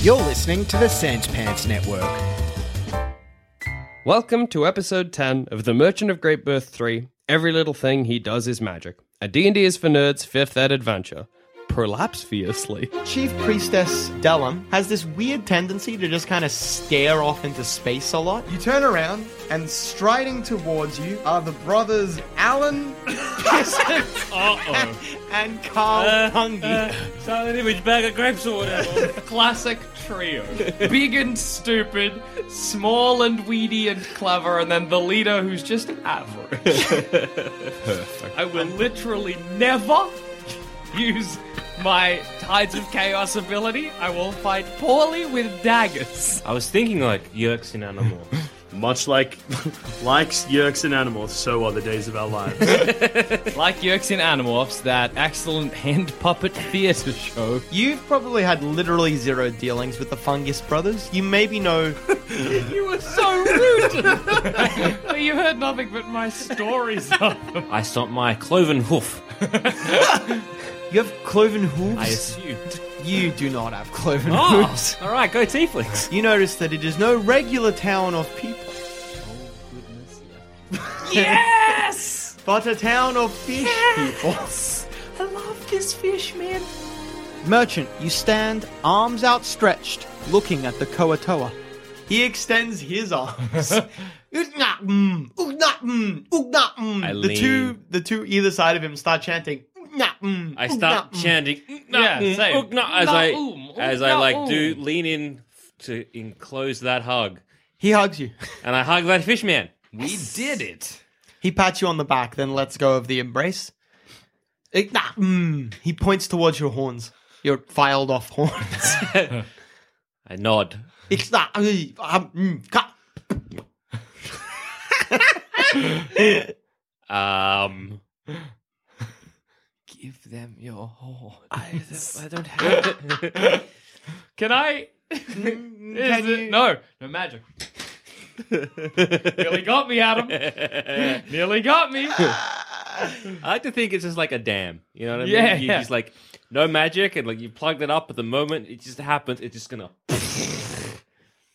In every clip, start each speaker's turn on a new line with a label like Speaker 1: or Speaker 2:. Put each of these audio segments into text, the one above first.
Speaker 1: You're listening to the Sans Pants Network.
Speaker 2: Welcome to episode 10 of The Merchant of Great Birth 3, Every Little Thing He Does Is Magic, a D&D is for Nerds 5th Ed adventure. Prolapse fiercely.
Speaker 3: Chief Priestess Dellum has this weird tendency to just kind of stare off into space a lot.
Speaker 4: You turn around, and striding towards you are the brothers Alan Peasant
Speaker 3: and Carl Hungy.
Speaker 5: Silent image bag of grapes or whatever. Classic trio. Big and stupid, small and weedy and clever, and then the leader who's just average. I will literally never use my Tides of Chaos ability. I will fight poorly with daggers.
Speaker 6: I was thinking like Yerkes in Animal.
Speaker 7: Much like likes yerks and animals, so are the days of our lives.
Speaker 5: Like Yerkes in Animorphs, that excellent hand puppet theatre show.
Speaker 3: You've probably had literally zero dealings with the Fungus Brothers. You maybe know
Speaker 5: You were so rude! but you heard nothing but my stories of them.
Speaker 6: I stomped my cloven hoof.
Speaker 3: you have cloven
Speaker 6: I
Speaker 3: hooves.
Speaker 6: assumed.
Speaker 3: You do not have cloven
Speaker 5: Ah,
Speaker 6: Oh,
Speaker 3: hooves.
Speaker 6: all right, go Tieflings.
Speaker 3: You notice that it is no regular town of people,
Speaker 5: Oh, Yes!
Speaker 3: but a town of fish people.
Speaker 5: I love this fish, man.
Speaker 3: Merchant, you stand, arms outstretched, looking at the Koatoa. He extends his arms. Ugnatm, ugnatm, ugnatm.
Speaker 6: I
Speaker 3: The two,
Speaker 6: lean.
Speaker 3: the two either side of him start chanting. Ugnatm,
Speaker 6: I start
Speaker 3: ugnatm."
Speaker 6: chanting
Speaker 5: Yeah,
Speaker 6: "Mm,
Speaker 5: same.
Speaker 6: mm, as I
Speaker 5: Mm, mm,
Speaker 6: as I like
Speaker 5: mm.
Speaker 6: do lean in to enclose that hug,
Speaker 3: He hugs you.
Speaker 6: and I hug that fish man.
Speaker 5: We did it.
Speaker 3: He pats you on the back, then lets go of the embrace.
Speaker 5: Mm.
Speaker 3: Ugnatm. He points towards your horns, your filed off horns.
Speaker 6: I nod.
Speaker 3: Ugnatm, um, ka-
Speaker 6: Um,
Speaker 5: Give them your horn. I don't, I don't have it. Can I? Is
Speaker 3: Mm, can
Speaker 5: it-
Speaker 3: you-
Speaker 5: No, no magic. Nearly got me, Adam. Nearly got me.
Speaker 6: I like to think it's just like a dam. You know what I mean?
Speaker 5: Yeah,
Speaker 6: you
Speaker 5: yeah.
Speaker 6: just like no magic, and like you plug that up at the moment, it just happens. It's just gonna.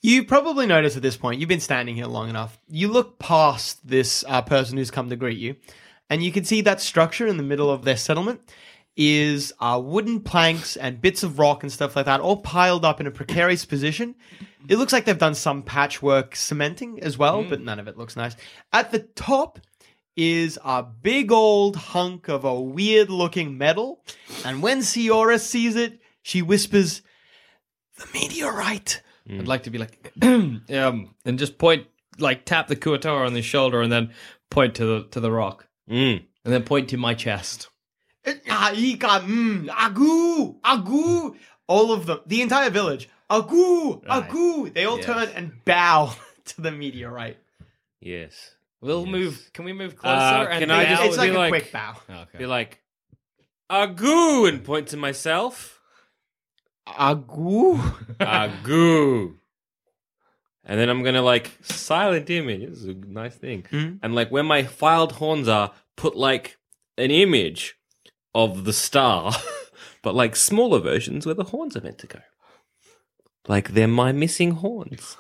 Speaker 3: You probably notice at this point, you've been standing here long enough. You look past this uh, person who's come to greet you, and you can see that structure in the middle of their settlement is uh, wooden planks and bits of rock and stuff like that, all piled up in a precarious position. It looks like they've done some patchwork cementing as well, but none of it looks nice. At the top is a big old hunk of a weird looking metal, and when Ciora sees it, she whispers, The meteorite.
Speaker 2: Mm.
Speaker 5: I'd like to be like, um, and just point, like tap the Kuatora on the shoulder, and then point to the to the rock,
Speaker 6: Mm.
Speaker 5: and then point to my chest.
Speaker 3: Aika, mm, agu, agu. All of them, the entire village. Agu,
Speaker 5: Right.
Speaker 3: agu. They all
Speaker 5: Yes.
Speaker 3: turn and bow to the meteorite.
Speaker 6: Yes.
Speaker 5: We'll
Speaker 6: Yes.
Speaker 5: move. Can we move closer?
Speaker 6: Uh,
Speaker 5: and
Speaker 6: can
Speaker 5: bow
Speaker 6: I just-
Speaker 5: and-
Speaker 3: it's like
Speaker 6: be
Speaker 3: a
Speaker 6: like-
Speaker 3: quick bow.
Speaker 6: Be like, agoo, and point to myself.
Speaker 3: Agu.
Speaker 6: Agoo. And then I'm gonna like silent image. This is a nice thing.
Speaker 3: Mhm.
Speaker 6: And like where my filed horns are, put like an image of the star, but like smaller versions where the horns are meant to go. Like they're my missing horns.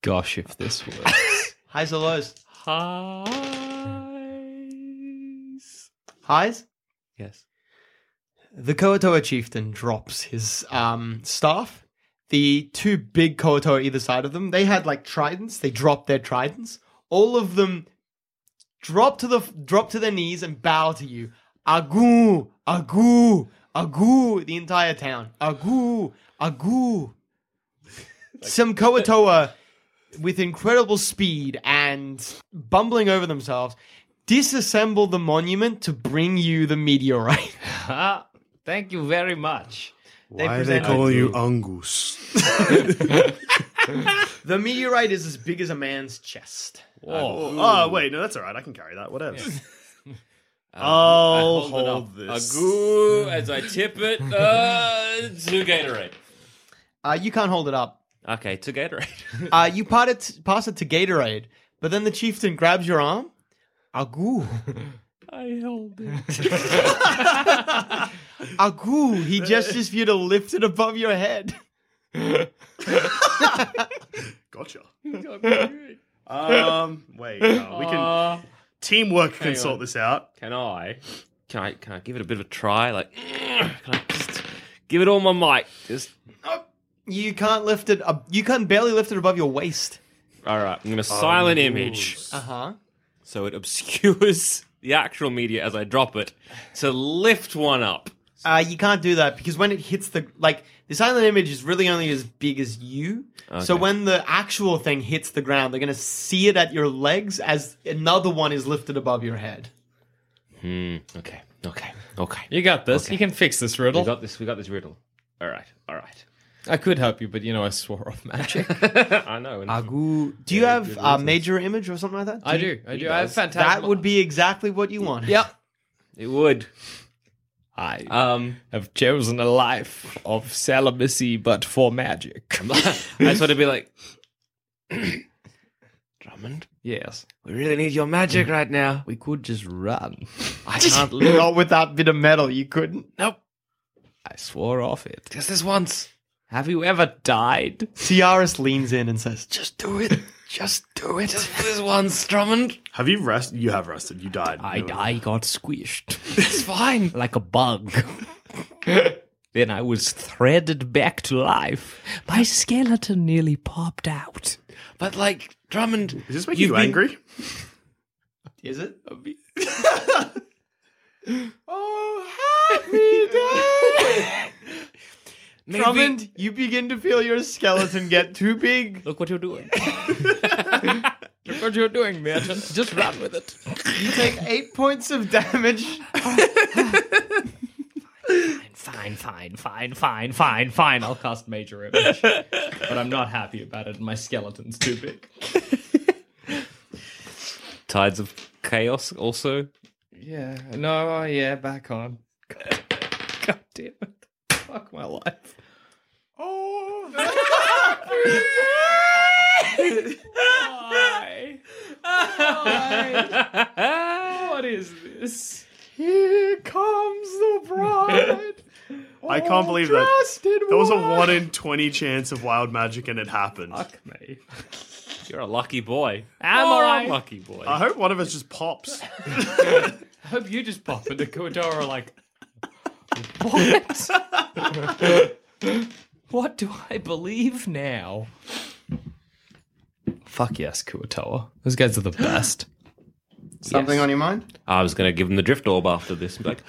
Speaker 5: Gosh, if this works.
Speaker 3: Highs or lows?
Speaker 6: Highs.
Speaker 3: Highs?
Speaker 6: Yes.
Speaker 3: The Koatoa chieftain drops his um, staff. The two big Koatoa either side of them, they had like tridents. They dropped their tridents. All of them drop to the drop to their knees and bow to you. Agu, agu, agu. The entire town. Agu, agu. Some Koatoa with incredible speed and bumbling over themselves disassemble the monument to bring you the meteorite.
Speaker 2: Ah, thank you very much.
Speaker 5: Why they call you Angus?
Speaker 3: The meteorite is as big as a man's chest.
Speaker 5: Oh, oh, wait, no, that's all right. I can carry that. Whatever.
Speaker 6: I
Speaker 5: I'll
Speaker 6: it
Speaker 5: hold,
Speaker 6: up.
Speaker 5: this.
Speaker 6: A goo as I tip it uh, to Gatorade.
Speaker 3: Uh, you can't hold it up.
Speaker 6: Okay, to Gatorade.
Speaker 3: Uh, you part it, pass it to Gatorade, but then the chieftain grabs your arm. Agu.
Speaker 6: I held it.
Speaker 3: Agu. He gestures for you to lift it above your head.
Speaker 5: Gotcha. um, wait, no, we can teamwork can sort this out.
Speaker 6: Can I? Can I? Can I give it a bit of a try? Like, can I just give it all my might? Just
Speaker 3: You can't lift it. Up, you can barely lift it above your waist.
Speaker 6: all right. I'm gonna silent image
Speaker 3: Uh huh.
Speaker 6: so it obscures the actual media as I drop it to lift one up.
Speaker 3: Uh, you can't do that because when it hits the like the silent image is really only as big as you. So
Speaker 6: Okay.
Speaker 3: when the actual thing hits the ground, they're gonna see it at your legs as another one is lifted above your head.
Speaker 6: Hmm. Okay. Okay. Okay.
Speaker 2: You got this. You can fix this riddle.
Speaker 6: We got this. We got this riddle. All right. All right.
Speaker 2: I could help you, but you know I swore off magic.
Speaker 6: I know. and-
Speaker 3: Agu, do you have a major image or something like that?
Speaker 2: I
Speaker 3: you-
Speaker 2: do. I do. I have fantastic.
Speaker 3: That would be exactly what you want.
Speaker 2: Yep.
Speaker 6: It would.
Speaker 2: I
Speaker 6: Um.
Speaker 2: have chosen a life of celibacy, but for magic.
Speaker 6: I just want to be like Drummond.
Speaker 2: yes.
Speaker 6: We really need your magic right now.
Speaker 2: We could just run.
Speaker 6: I can't live.
Speaker 3: Not with that bit of metal, you couldn't.
Speaker 6: Nope.
Speaker 2: I swore off it.
Speaker 6: Just this once.
Speaker 2: Have you ever died?
Speaker 3: Ciaris leans in and says,
Speaker 6: Just do it. Just do it. Just this once, Drummond.
Speaker 5: Have you rested? You have rested. You died.
Speaker 2: I,
Speaker 5: No.
Speaker 2: I got squished
Speaker 6: It's fine.
Speaker 2: like a bug. then I was threaded back to life. My skeleton nearly popped out.
Speaker 6: But like Drummond,
Speaker 5: Is this making you angry?
Speaker 3: Is it? Oh,
Speaker 6: maybe-
Speaker 3: Drummond, you begin to feel your skeleton get too big.
Speaker 2: Look what you're doing. Look what you're doing, Merton. Just run with it.
Speaker 3: You take eight points of damage.
Speaker 2: Fine, fine, fine, fine, fine, fine. I'll cast Major Image. but I'm not happy about it. My skeleton's too big.
Speaker 6: Tides of Chaos also.
Speaker 2: Yeah. No, oh, yeah, back on. God, God damn it. Fuck my life. Oh, Why? Why? What is this?
Speaker 3: Here comes the bride.
Speaker 5: I can't believe that. There was a one in twenty chance of wild magic, and it happened.
Speaker 2: Fuck me.
Speaker 6: You're a lucky boy.
Speaker 2: Am
Speaker 6: You're
Speaker 2: I?
Speaker 6: a lucky boy.
Speaker 5: I hope one of us just pops.
Speaker 2: I hope you just pop into Kodora like, what? what do I believe now? Fuck yes, Kuotoa. Those guys are the best.
Speaker 3: Something on your mind?
Speaker 6: I was gonna give him the drift orb after this. and be Like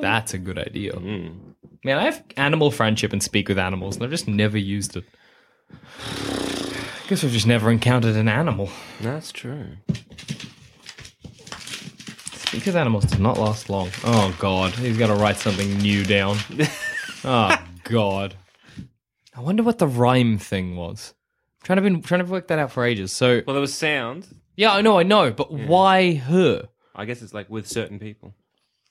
Speaker 2: That's a good idea. Man, I have animal friendship and speak with animals, and I've just never used it. I guess I've just never encountered an animal.
Speaker 6: that's true.
Speaker 2: Speak with animals does not last long. Oh god, he's got to write something new down. oh god. I wonder what the rhyme thing was. trying to been trying to work that out for ages. So
Speaker 6: Well, there was sound.
Speaker 2: yeah, I know, I know, but why her?
Speaker 6: I guess it's like with certain people.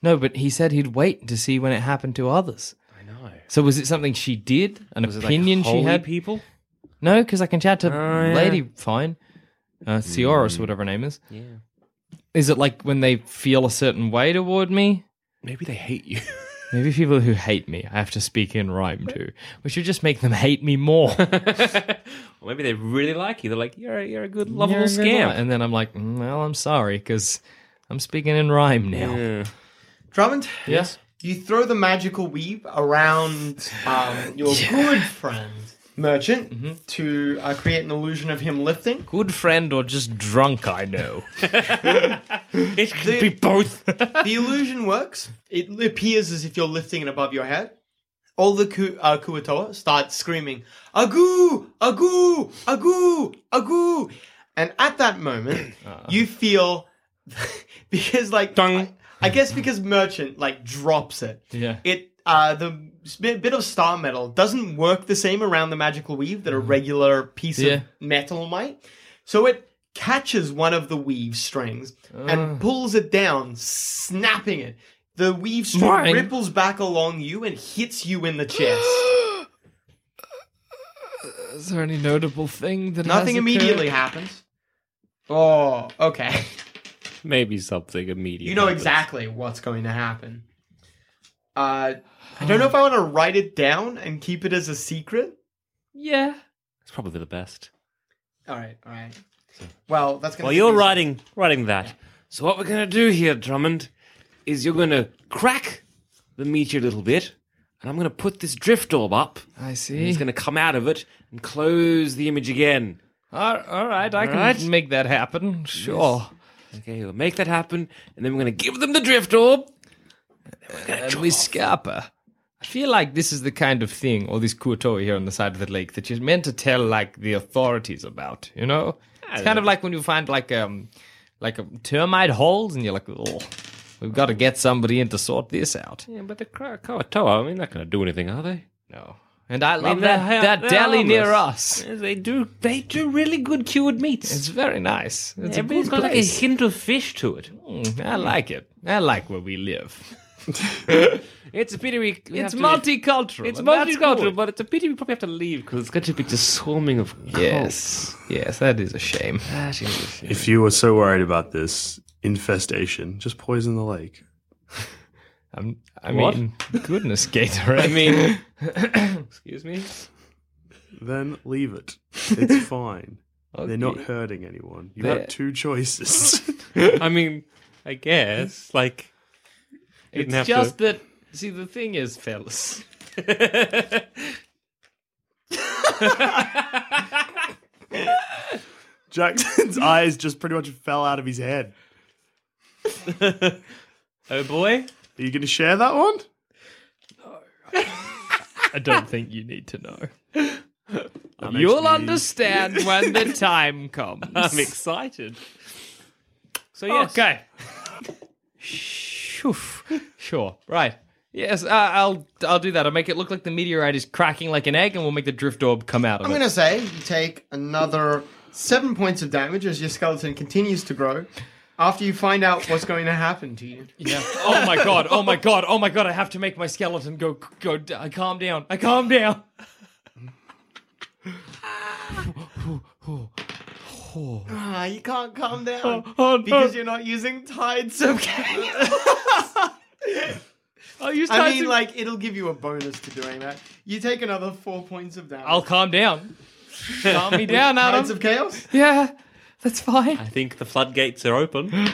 Speaker 2: No, but he said he'd wait to see when it happened to others.
Speaker 6: I know.
Speaker 2: So was it something she did? An
Speaker 6: Was it like
Speaker 2: opinion
Speaker 6: holy
Speaker 2: she had?
Speaker 6: people?
Speaker 2: No, because I can chat to
Speaker 6: Oh, yeah. Hmm.
Speaker 2: Lady fine. Uh, Cioris, or whatever her name is.
Speaker 6: Yeah.
Speaker 2: Is it like when they feel a certain way toward me?
Speaker 6: Maybe they hate you.
Speaker 2: Maybe people who hate me, I have to speak in rhyme to, which would just make them hate me more.
Speaker 6: or maybe they really like you. They're like, you're a, you're a good,
Speaker 2: You're
Speaker 6: lovable
Speaker 2: a good
Speaker 6: scamp.
Speaker 2: lot. And then I'm like, "Mm, well, I'm sorry, because
Speaker 5: I'm speaking in rhyme now.
Speaker 3: Drummond,
Speaker 5: Yes.
Speaker 3: you throw the magical weave around um, your good friend merchant to uh, create an illusion of him lifting.
Speaker 5: Good friend or just drunk, I know.
Speaker 6: It could be both.
Speaker 3: the illusion works. It appears as if you're lifting it above your head. All the ku- uh, Kuatoa start screaming, Agoo! Agoo! Agoo! Agoo! And at that moment,
Speaker 5: Uh.
Speaker 3: you feel, because like, I, I guess because Merchant like drops it.
Speaker 5: Yeah.
Speaker 3: It, uh, the s- bit bit of star metal doesn't work the same around the magical weave that a regular piece
Speaker 5: Mm. Yeah.
Speaker 3: of metal might. So it catches one of the weave strings and pulls it down, snapping it. The weave string
Speaker 5: Mine.
Speaker 3: ripples back along you and hits you in the chest.
Speaker 5: Is there any notable thing that
Speaker 3: Nothing immediately happens. Oh, okay.
Speaker 6: Maybe something immediate.
Speaker 3: You know
Speaker 6: happens.
Speaker 3: exactly what's going to happen. Uh, I don't know if I want to write it down and keep it as a secret.
Speaker 5: Yeah.
Speaker 6: It's probably the best.
Speaker 3: All right, all right. Well, that's gonna.
Speaker 6: While you're
Speaker 3: be-
Speaker 6: writing writing that, so what we're gonna do here, Drummond, is you're gonna crack the meteor a little bit, and I'm gonna put this drift orb up.
Speaker 5: I
Speaker 6: and
Speaker 5: see.
Speaker 6: he's gonna come out of it and close the image again.
Speaker 5: All- all right, I can
Speaker 6: right.
Speaker 5: make that happen. Sure.
Speaker 6: Okay, we'll make that happen, and then we're gonna give them the drift orb.
Speaker 5: And we scupper. I feel like this is the kind of thing, or this Kuotoi here on the side of the lake, that you're meant to tell like the authorities about. You know, it's kind of like when you find like um, like um termite holes, and you're like, oh, we've got to get somebody in to sort this out.
Speaker 6: Yeah, but the Krakatoa, I mean, they're not gonna do anything, are they?
Speaker 5: No, and I
Speaker 6: I
Speaker 5: love
Speaker 6: mean,
Speaker 5: that
Speaker 6: they're-
Speaker 5: that
Speaker 6: they're
Speaker 5: deli near
Speaker 6: harmless.
Speaker 5: us.
Speaker 6: Yeah, They do. They do really good cured meats.
Speaker 5: It's very nice. It's a
Speaker 6: Everything's
Speaker 5: good
Speaker 6: got like a
Speaker 5: place.
Speaker 6: hint of fish to it.
Speaker 5: Mm, I like it. I like where we live.
Speaker 6: It's a pity we. we
Speaker 5: It's
Speaker 6: have to-
Speaker 5: multicultural.
Speaker 6: It's
Speaker 5: and that's
Speaker 6: multicultural,
Speaker 5: good.
Speaker 6: but it's a pity we probably have to leave because it's going to be just swarming of
Speaker 5: Yes, yes, that is a shame.
Speaker 7: If you were so worried about this infestation, just poison the lake.
Speaker 5: I'm, I
Speaker 6: What?
Speaker 5: mean, goodness, eh? Gatorade. I
Speaker 6: mean, excuse me.
Speaker 7: Then leave it. It's fine. They're not
Speaker 6: Okay.
Speaker 7: hurting anyone. You
Speaker 6: They're-
Speaker 7: have two choices.
Speaker 6: I mean, I guess like didn't have
Speaker 5: it's just that. See, the thing is, fellas,
Speaker 6: to-
Speaker 7: Jackson's eyes just pretty much fell out of his head.
Speaker 6: oh boy.
Speaker 7: Are you going to share that one?
Speaker 5: I don't think you need to know.
Speaker 7: That makes
Speaker 5: You'll
Speaker 7: me-
Speaker 5: understand when the time comes.
Speaker 6: I'm excited. So yes.
Speaker 5: Okay. Shoof. Sure. Right. Yes, uh, I'll I'll do that. I'll make it look like the meteorite is cracking like an egg, and we'll make the drift orb come out of
Speaker 3: I'm
Speaker 5: it.
Speaker 3: gonna say you take another seven points of damage as your skeleton continues to grow. After you find out what's going to happen to you,
Speaker 5: Yeah. Oh my god. Oh my god. Oh my god. I have to make my skeleton go go. d- I calm down. I calm down.
Speaker 3: ah, you can't calm down
Speaker 5: oh, no.
Speaker 3: because you're not using tied subcap.
Speaker 5: I'll use
Speaker 3: I
Speaker 5: time
Speaker 3: mean,
Speaker 5: to-
Speaker 3: like it'll give you a bonus to doing that. You take another four points of damage.
Speaker 5: I'll calm down. calm me down,
Speaker 3: Tides
Speaker 5: Adam.
Speaker 3: of chaos.
Speaker 5: Yeah, that's fine.
Speaker 6: I think the floodgates are open.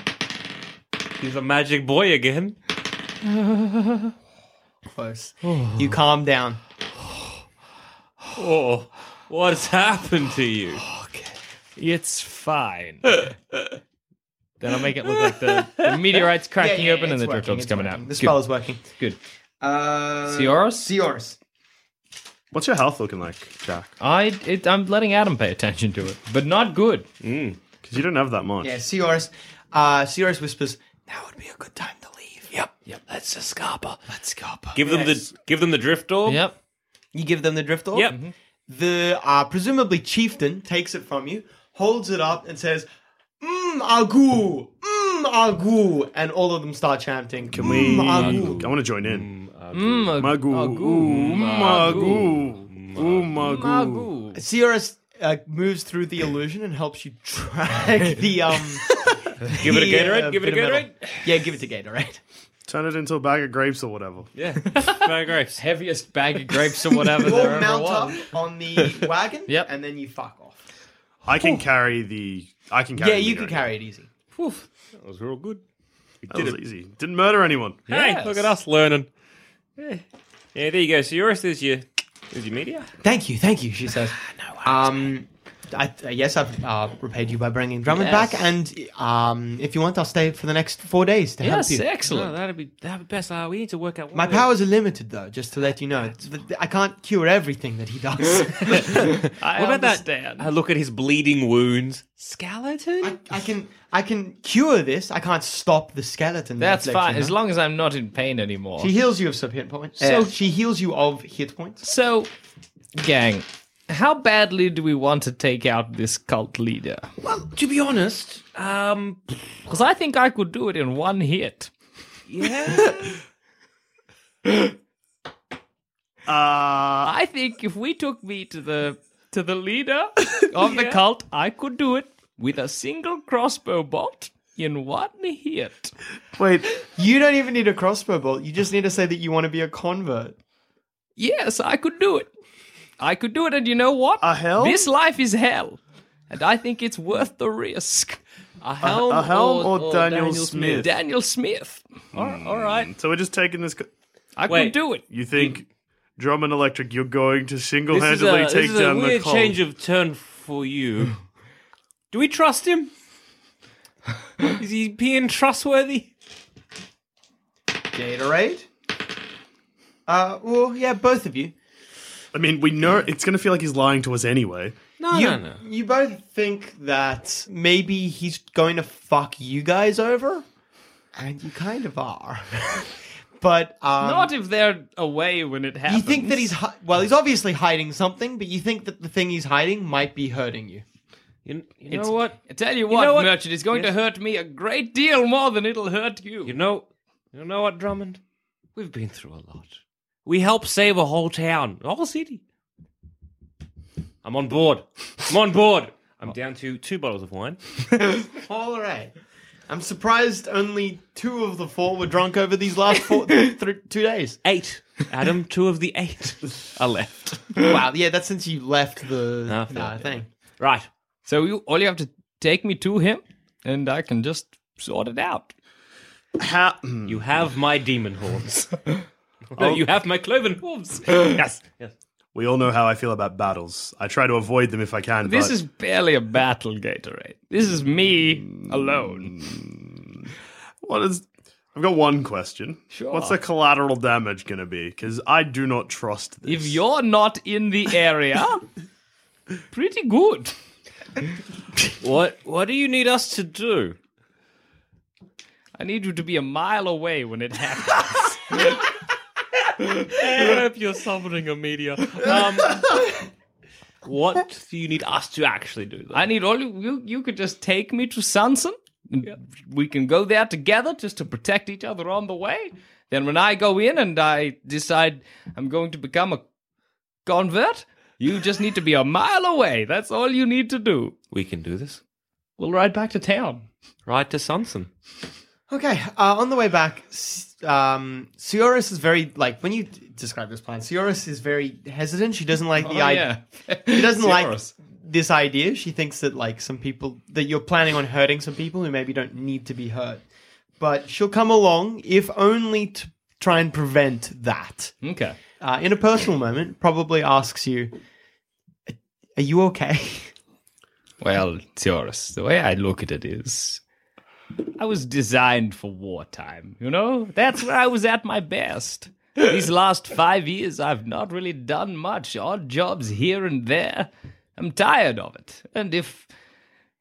Speaker 6: He's a magic boy again.
Speaker 3: Close. You calm down.
Speaker 6: Oh, what's happened to you?
Speaker 5: It's fine. then I'll make it look like the, the meteorite's cracking
Speaker 3: Yeah, yeah,
Speaker 5: open and
Speaker 3: it's
Speaker 5: the
Speaker 3: working,
Speaker 5: drift orb's
Speaker 3: it's
Speaker 5: coming
Speaker 3: working.
Speaker 5: out.
Speaker 3: The
Speaker 5: Good.
Speaker 3: spell is working.
Speaker 5: Good.
Speaker 3: Uh,
Speaker 5: Seoros?
Speaker 3: Seoros.
Speaker 7: What's your health looking like, Jack?
Speaker 5: I it, I'm letting Adam pay attention to it, but not good.
Speaker 7: Because you don't have that much.
Speaker 3: Yeah, Seoros. Uh, Seoros whispers, "Now would be a good time to leave." Yep. Yep. Let's just scarper. Let's scarper.
Speaker 6: Give them the give them the drift orb.
Speaker 5: Yep.
Speaker 3: You give them the drift orb.
Speaker 6: Yep.
Speaker 3: The uh, presumably chieftain takes it from you, holds it up, and says, "Mmm, agoo, mmm, agoo," and all of them start chanting. "Mm,
Speaker 7: Can we?
Speaker 3: Magu.
Speaker 7: I want to join in.
Speaker 5: Mm, a-
Speaker 7: Magu. Mm, Ooh, Magu. Ooh, Magu.
Speaker 5: Ooh.
Speaker 3: Seoros uh, moves through the illusion and helps you drag the um.
Speaker 6: Give it a
Speaker 3: the,
Speaker 6: Gatorade.
Speaker 3: uh,
Speaker 6: give it a
Speaker 3: bit of metal.
Speaker 6: Gatorade.
Speaker 3: Yeah, give it to Gatorade.
Speaker 7: Turn it into a bag of grapes or whatever.
Speaker 6: Yeah. Bag of grapes.
Speaker 5: Heaviest bag of grapes or whatever
Speaker 3: You
Speaker 5: there
Speaker 3: all
Speaker 5: ever
Speaker 3: mount up
Speaker 5: was.
Speaker 3: on the wagon,
Speaker 5: Yep.
Speaker 3: and then you fuck off.
Speaker 7: I can carry the. I can carry.
Speaker 3: yeah, you
Speaker 7: the
Speaker 3: can
Speaker 7: grapes.
Speaker 3: carry it easy.
Speaker 6: Poof. That was real good.
Speaker 7: That was easy. Didn't murder anyone.
Speaker 6: Hey, look at us learning. Yeah. Yeah, there you go. So yours is your is your media.
Speaker 3: Thank you, thank you, she says. um, I, uh, yes, I've uh, repaid you by bringing Drummond
Speaker 5: Yes.
Speaker 3: back, and um, if you want, I'll stay for the next four days to help
Speaker 5: Yes,
Speaker 3: you.
Speaker 5: excellent.
Speaker 6: Oh, that'd be that'd be best. Uh, we need to work out. What
Speaker 3: My powers are limited, though, just to let you know. It's- I can't cure everything that he does.
Speaker 5: I
Speaker 6: What about
Speaker 5: understand.
Speaker 6: that? I Uh, look at his bleeding wounds.
Speaker 5: skeleton?
Speaker 3: I, I can I can cure this. I can't stop the skeleton.
Speaker 5: That's
Speaker 3: that afflicts
Speaker 5: fine,
Speaker 3: you,
Speaker 5: as
Speaker 3: no?
Speaker 5: long as I'm not in pain anymore.
Speaker 3: She heals you of some hit points.
Speaker 5: So-
Speaker 3: So she heals you of hit points.
Speaker 5: So, gang, how badly do we want to take out this cult leader?
Speaker 6: Well, to be honest, um,
Speaker 5: Because I think I could do it in one hit.
Speaker 6: yeah,
Speaker 7: Uh,
Speaker 5: I think if we took me to the to the leader of the cult, I could do it with a single crossbow bolt in one hit.
Speaker 3: Wait, you don't even need a crossbow bolt. You just need to say that you want to be a convert.
Speaker 5: Yes, I could do it. I could do it, and you know what?
Speaker 7: A helm?
Speaker 5: This life is hell, and I think it's worth the risk. A helm,
Speaker 7: a helm or Daniel Smith?
Speaker 5: Daniel Smith. All right, all right.
Speaker 7: so we're just taking this. co-
Speaker 5: I could
Speaker 6: Wait.
Speaker 5: do it.
Speaker 7: You think Drummond Electric, you're going to single
Speaker 6: this is a,
Speaker 7: handedly
Speaker 6: this
Speaker 7: take
Speaker 6: is a
Speaker 7: down the
Speaker 6: weird
Speaker 7: cult?
Speaker 6: change of turn for you. Do we trust him? Is he being trustworthy?
Speaker 3: Gatorade. Uh, well, yeah, both of you.
Speaker 7: I mean, we know it's going to feel like he's lying to us anyway.
Speaker 6: No,
Speaker 3: you,
Speaker 6: no, no.
Speaker 3: You both think that maybe he's going to fuck you guys over, and you kind of are. but um,
Speaker 5: Not if they're away when it happens.
Speaker 3: you think that he's hi- well, he's obviously hiding something, but you think that the thing he's hiding might be hurting you.
Speaker 6: You, you know what?
Speaker 5: I tell you what,
Speaker 6: know what?
Speaker 5: merchant, it's going to hurt me a great deal more than it'll hurt you.
Speaker 6: You know, you know what, Drummond? We've been through a lot. We helped save a whole town, a whole city. I'm on board. I'm on board. I'm down to two bottles of wine.
Speaker 3: All right. I'm surprised only two of the four were drunk over these last four, th- th- two days.
Speaker 6: Eight. Adam, two of the eight are left.
Speaker 3: Wow, yeah, that's since you left the
Speaker 6: Ah, fair,
Speaker 3: uh,
Speaker 6: yeah.
Speaker 3: thing.
Speaker 6: Right.
Speaker 5: So you all you have to take me to him, and I can just sort it out.
Speaker 7: How,
Speaker 6: You have my demon horns. no, you have my cloven horns.
Speaker 7: yes. We all know how I feel about battles. I try to avoid them if I can.
Speaker 5: This
Speaker 7: but
Speaker 5: is barely a battle, Gatorade. This is me
Speaker 6: Mm,
Speaker 5: alone.
Speaker 7: what is. I've got one question.
Speaker 5: Sure.
Speaker 7: What's the collateral damage going to be? Because I do not trust this.
Speaker 5: If you're not in the area, pretty good.
Speaker 6: What what do you need us to do?
Speaker 5: I need you to be a mile away when it happens.
Speaker 6: I hope you're summoning a media. Um, what do you need us to actually do? Though?
Speaker 5: I need all you, you. You could just take me to Sanson. and We can go there together just to protect each other on the way. Then when I go in and I decide I'm going to become a convert, you just need to be a mile away. That's all you need to do.
Speaker 6: we can do this.
Speaker 5: We'll ride back to town.
Speaker 6: Right to Sanson.
Speaker 3: Okay, uh, on the way back, S- um, Sioris is very, like, when you d- describe this plan, Sioris is very hesitant. She doesn't like the
Speaker 5: Oh,
Speaker 3: idea.
Speaker 5: yeah.
Speaker 3: She doesn't like
Speaker 5: Cyrus.
Speaker 3: this idea. She thinks that, like, some people, that you're planning on hurting some people who maybe don't need to be hurt. But she'll come along if only to try and prevent that.
Speaker 5: Okay.
Speaker 3: uh, in a personal moment, probably asks you, "Are you okay?"
Speaker 5: Well, Cyrus, the way I look at it is, I was designed for wartime. You know, that's where I was at my best. These last five years, I've not really done much. Odd jobs here and there. I'm tired of it. And if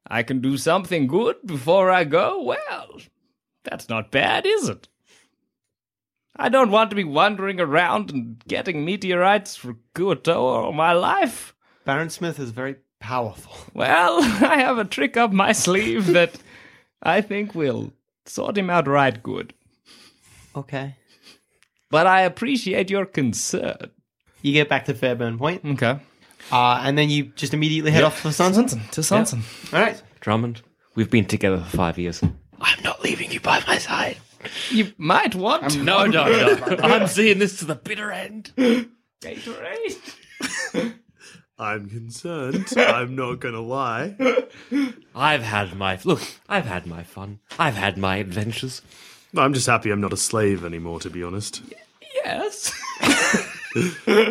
Speaker 5: I can do something good before I go, well, that's not bad, is it? I don't want to be wandering around and getting meteorites for Kuoto all my life.
Speaker 3: Baron Smith is very powerful.
Speaker 5: Well, I have a trick up my sleeve that I think will sort him out right good.
Speaker 3: Okay.
Speaker 5: But I appreciate your concern.
Speaker 3: You get back to Fairburn Point,
Speaker 5: Okay.
Speaker 3: uh, and then you just immediately head off for Sunson.
Speaker 5: To Sanson.
Speaker 3: All right.
Speaker 6: Drummond, we've been together for five years. I'm not leaving you by my side.
Speaker 5: You might want to.
Speaker 6: No, no, no. I'm seeing this to the bitter end.
Speaker 5: Gatorade.
Speaker 7: I'm concerned. I'm not going to lie.
Speaker 6: I've had my look. I've had my fun. I've had my adventures.
Speaker 7: I'm just happy I'm not a slave anymore, to be honest.
Speaker 5: Yes.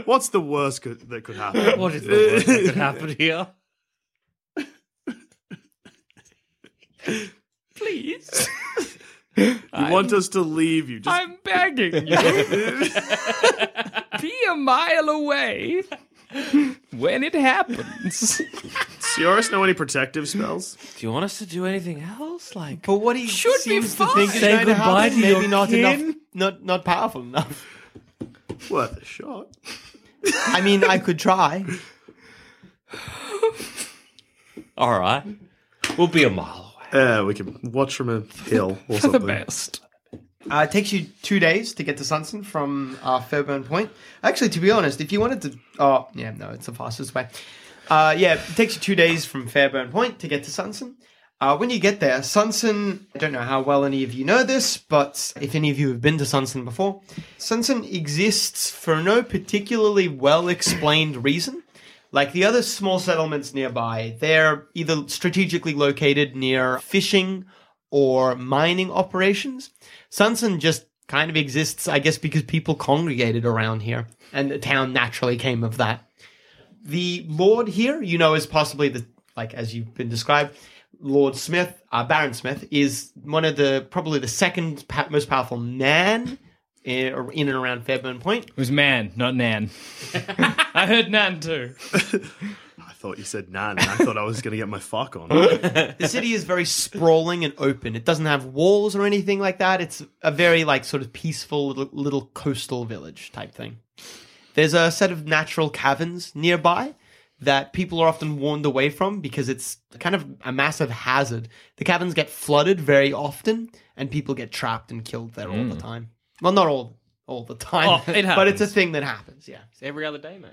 Speaker 7: What's the worst could, that could happen?
Speaker 6: What is the worst that could happen here?
Speaker 5: Please.
Speaker 7: You want us to leave you? Just
Speaker 5: I'm begging you. Be a mile away when it happens.
Speaker 7: do Yoris know any protective spells?
Speaker 6: Do you want us to do anything else? Like,
Speaker 3: But what he
Speaker 5: Should be
Speaker 3: seems to
Speaker 5: fine.
Speaker 3: think is
Speaker 6: Say
Speaker 3: going to
Speaker 6: goodbye
Speaker 3: happen,
Speaker 6: to your
Speaker 3: maybe not enough,
Speaker 6: kin.
Speaker 3: not not powerful enough.
Speaker 7: Worth a shot.
Speaker 3: I mean, I could try.
Speaker 6: all right, we'll be a mile away.
Speaker 7: Uh, we can watch from a hill or something.
Speaker 5: Best.
Speaker 3: Uh, it takes you two days to get to Sunson from uh, Fairburn Point. Actually, to be honest, if you wanted to, oh yeah, no, it's the fastest way. Uh, yeah, it takes you two days from Fairburn Point to get to Sunson. Uh, when you get there, Sunson, I don't know how well any of you know this, but if any of you have been to Sunson before, Sunson exists for no particularly well explained reason. Like the other small settlements nearby, they're either strategically located near fishing or mining operations. Sunson just kind of exists, I guess, because people congregated around here, and the town naturally came of that. The Lord here, you know, is possibly the, like, as you've been described, Lord Smith, uh, Baron Smith, is one of the, probably the second pa- most powerful man in, in and around Fairburn Point.
Speaker 5: It was man, not Nan. I heard Nan too.
Speaker 7: I thought you said nah, and I thought I was going to get my fuck on.
Speaker 3: the city is very sprawling and open. It doesn't have walls or anything like that. It's a very like sort of peaceful little, little coastal village type thing. There's a set of natural caverns nearby that people are often warned away from because it's kind of a massive hazard. The caverns get flooded very often, and people get trapped and killed there all the time. Well, not all all the time,
Speaker 5: Hmm. Oh, it
Speaker 3: but it's a
Speaker 5: happens.
Speaker 3: thing that happens. Yeah.
Speaker 5: Every other day, mate.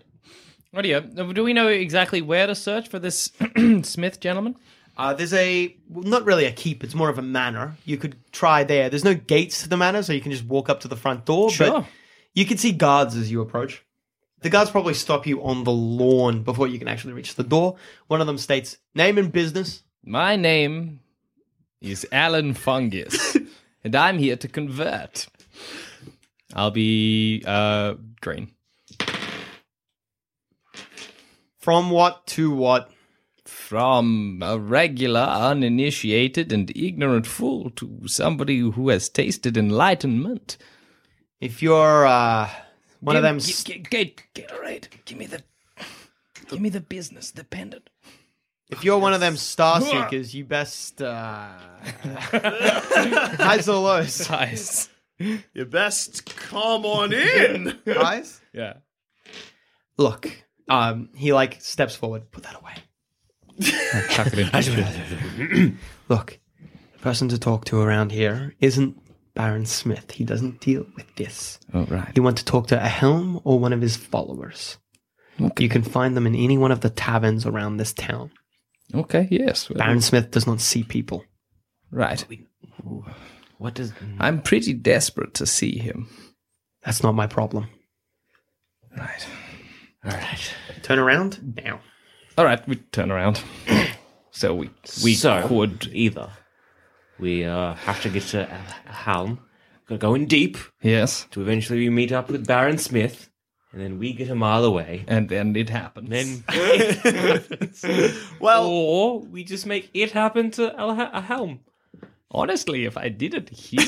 Speaker 5: What do you? Do we know exactly where to search for this Smith gentleman?
Speaker 3: Uh, there's a well, not really a keep; it's more of a manor. You could try there. There's no gates to the manor, so you can just walk up to the front door. But
Speaker 5: Sure.
Speaker 3: you can see guards as you approach. The guards probably stop you on the lawn before you can actually reach the door. One of them states, "Name and business."
Speaker 5: My name is Alan Fungus, and I'm here to convert. I'll be uh green.
Speaker 3: From what to what?
Speaker 5: From a regular, uninitiated, and ignorant fool to somebody who has tasted enlightenment.
Speaker 3: If you're uh, one of
Speaker 5: Give-
Speaker 3: them,
Speaker 5: gi- gi- Get, get, all right. Give me the. Give me the business, the pendant.
Speaker 3: if you're one of them star seekers, you best uh, highs or lows.
Speaker 5: Size.
Speaker 7: you best come on in.
Speaker 3: Highs.
Speaker 5: Yeah.
Speaker 3: Look, um, he like steps forward. Put that away.
Speaker 5: Tuck it in.
Speaker 3: Look, the person to talk to around here isn't Baron Smith. He doesn't deal with this.
Speaker 5: All right.
Speaker 3: You want to talk to a helm or one of his followers. You can find them in any one of the taverns around this town.
Speaker 5: Okay. Yes. Well,
Speaker 3: Baron Smith does not see people.
Speaker 5: Right.
Speaker 6: What does?
Speaker 5: I'm pretty desperate to see him.
Speaker 3: That's not my problem.
Speaker 5: Right.
Speaker 6: All right.
Speaker 3: Turn around now.
Speaker 5: All right. We turn around. so we we
Speaker 6: We so,
Speaker 5: could.
Speaker 6: could either. We uh, have to get to a a Helm. Gotta go in deep
Speaker 5: Yes.
Speaker 6: to eventually we meet up with Baron Smith, and then we get a mile away.
Speaker 5: And then it happens.
Speaker 6: Then,
Speaker 7: Well,
Speaker 6: or we just make it happen to El- a Helm.
Speaker 5: honestly, if I didn't hear,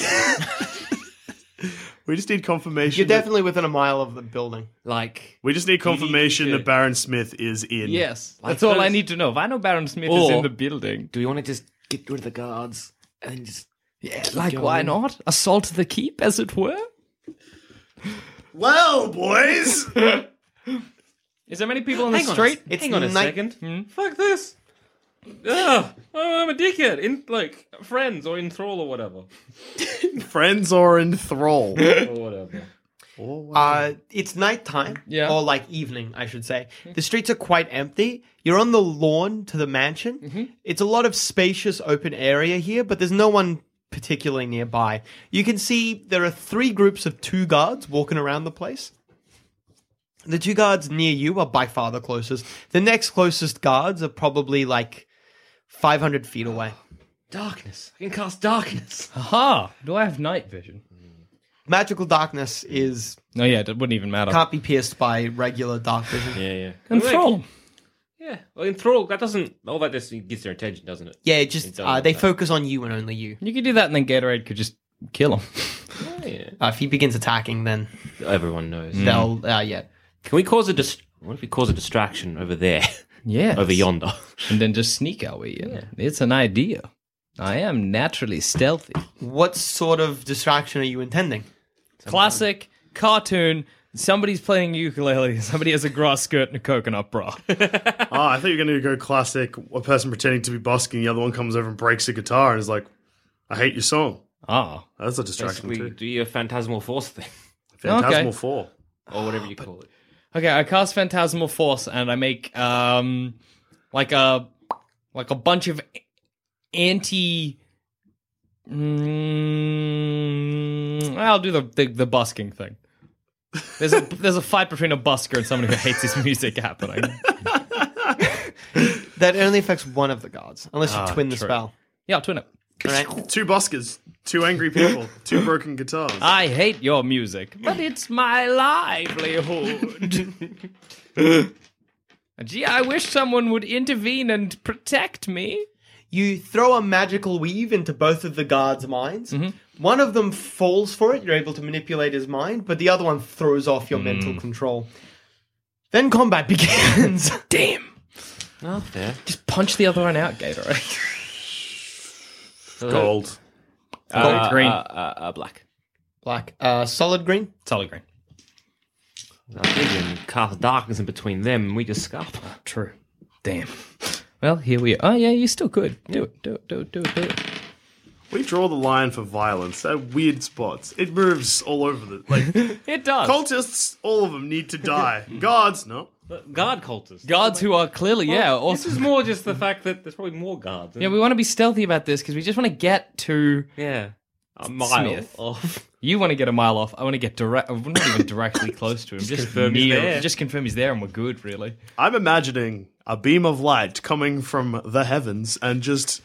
Speaker 7: we just need confirmation.
Speaker 3: You're
Speaker 7: that-
Speaker 3: definitely within a mile of the building.
Speaker 6: Like,
Speaker 7: we just need confirmation that Baron Smith is in.
Speaker 5: yes,
Speaker 6: Like
Speaker 5: that's all I
Speaker 6: those-
Speaker 5: need to know. If I know Baron Smith is
Speaker 6: Or-
Speaker 5: in the building,
Speaker 6: do we want to just get rid of the guards and then just?
Speaker 5: yeah, like why not assault the keep, as it were?
Speaker 7: Well, boys.
Speaker 5: Is there many people on the
Speaker 6: Hang on a
Speaker 5: street? Hmm?
Speaker 6: s- hang on a
Speaker 3: night-
Speaker 6: second. Fuck this. Ugh, Oh, I'm a dickhead. In like friends or in thrall or whatever.
Speaker 7: Friends are in thrall.
Speaker 6: Or whatever.
Speaker 3: Uh, it's nighttime,
Speaker 5: Yeah.
Speaker 3: or like evening, I should say. The streets are quite empty. You're on the lawn to the mansion. It's a lot of spacious open area here, but there's no one particularly nearby. You can see there are three groups of two guards walking around the place. The two guards near you are by far the closest. The next closest guards are probably like 500 feet away.
Speaker 6: Darkness. I can cast darkness.
Speaker 5: Aha! Do I have night vision?
Speaker 3: Magical darkness is
Speaker 5: No, yeah, it wouldn't even matter.
Speaker 3: can't be pierced by regular dark vision.
Speaker 6: Yeah, yeah.
Speaker 5: Enthrall.
Speaker 6: Yeah. Well, enthrall. That doesn't. All that just gets their attention, doesn't it?
Speaker 3: Yeah, it
Speaker 6: It
Speaker 3: just
Speaker 6: doesn't
Speaker 3: uh, they
Speaker 6: matter.
Speaker 3: focus on you and only you.
Speaker 5: You could do that, and then Gatorade could just kill him.
Speaker 6: Yeah. Mm.
Speaker 3: Uh, if he begins attacking, then
Speaker 6: Everyone knows.
Speaker 5: Hmm.
Speaker 3: they'll uh, yeah.
Speaker 6: Can we cause a dis- What if we cause a distraction over there,
Speaker 5: yeah.
Speaker 6: over yonder?
Speaker 5: And then just sneak our way in. It's an idea. I am naturally stealthy.
Speaker 3: What sort of distraction are you intending?
Speaker 5: Classic cartoon. Somebody's playing ukulele. Somebody has a grass skirt and a coconut bra.
Speaker 7: Oh, I thought you were going to go classic a person pretending to be busking, the other one comes over and breaks a guitar and is like, I hate your song.
Speaker 5: Ah,
Speaker 7: That's a distraction,
Speaker 6: we
Speaker 7: too.
Speaker 6: do your phantasmal force thing,
Speaker 7: Phantasmal
Speaker 5: Okay.
Speaker 7: 4.
Speaker 6: or whatever
Speaker 7: Ah,
Speaker 6: you call it.
Speaker 5: okay. I cast phantasmal force and I make um like a like a bunch of anti. Mm, I'll do the, the the busking thing. There's a there's a fight between a busker and somebody who hates his music happening.
Speaker 3: That only affects one of the guards, unless you twin the
Speaker 5: Ah, true.
Speaker 3: spell.
Speaker 5: Yeah, I'll twin it.
Speaker 3: All right.
Speaker 7: Two buskers, two angry people, two broken guitars.
Speaker 5: I hate your music, but it's my livelihood. Gee, I wish someone would intervene and protect me.
Speaker 3: You throw a magical weave into both of the guards' minds.
Speaker 5: Mm-hmm.
Speaker 3: One of them falls for it, you're able to manipulate his mind, but the other one throws off your mental
Speaker 5: Hmm.
Speaker 3: control. Then combat begins.
Speaker 5: Damn.
Speaker 6: Oh, fair.
Speaker 5: Just punch the other one out, Gatorade.
Speaker 7: Gold.
Speaker 5: Solid green.
Speaker 6: Uh, uh, uh, black.
Speaker 3: Black. Uh, solid green.
Speaker 5: Solid green.
Speaker 6: I think you can cast darkness in between them, and we just scarper.
Speaker 5: True. Damn. Well, here we are. Oh, yeah, you still could. Do it, do it, do it, do it, do it.
Speaker 7: We draw the line for violence at weird spots. It moves all over the. Like,
Speaker 5: It does.
Speaker 7: cultists, all of them need to die. Guards, no.
Speaker 6: Guard cultists.
Speaker 5: Guards who are clearly, yeah,
Speaker 6: This
Speaker 5: also.
Speaker 6: is more just the fact that there's probably more guards.
Speaker 5: Yeah, we want to be stealthy about this because we just want to get to.
Speaker 6: yeah. A mile
Speaker 5: Smith.
Speaker 6: off.
Speaker 5: You want to get a mile off. I want to get direct. I'm not even directly close to him. Just,
Speaker 6: confirm he's
Speaker 5: near.
Speaker 6: there.
Speaker 5: Just confirm he's there, and we're good, really.
Speaker 7: I'm imagining a beam of light coming from the heavens and just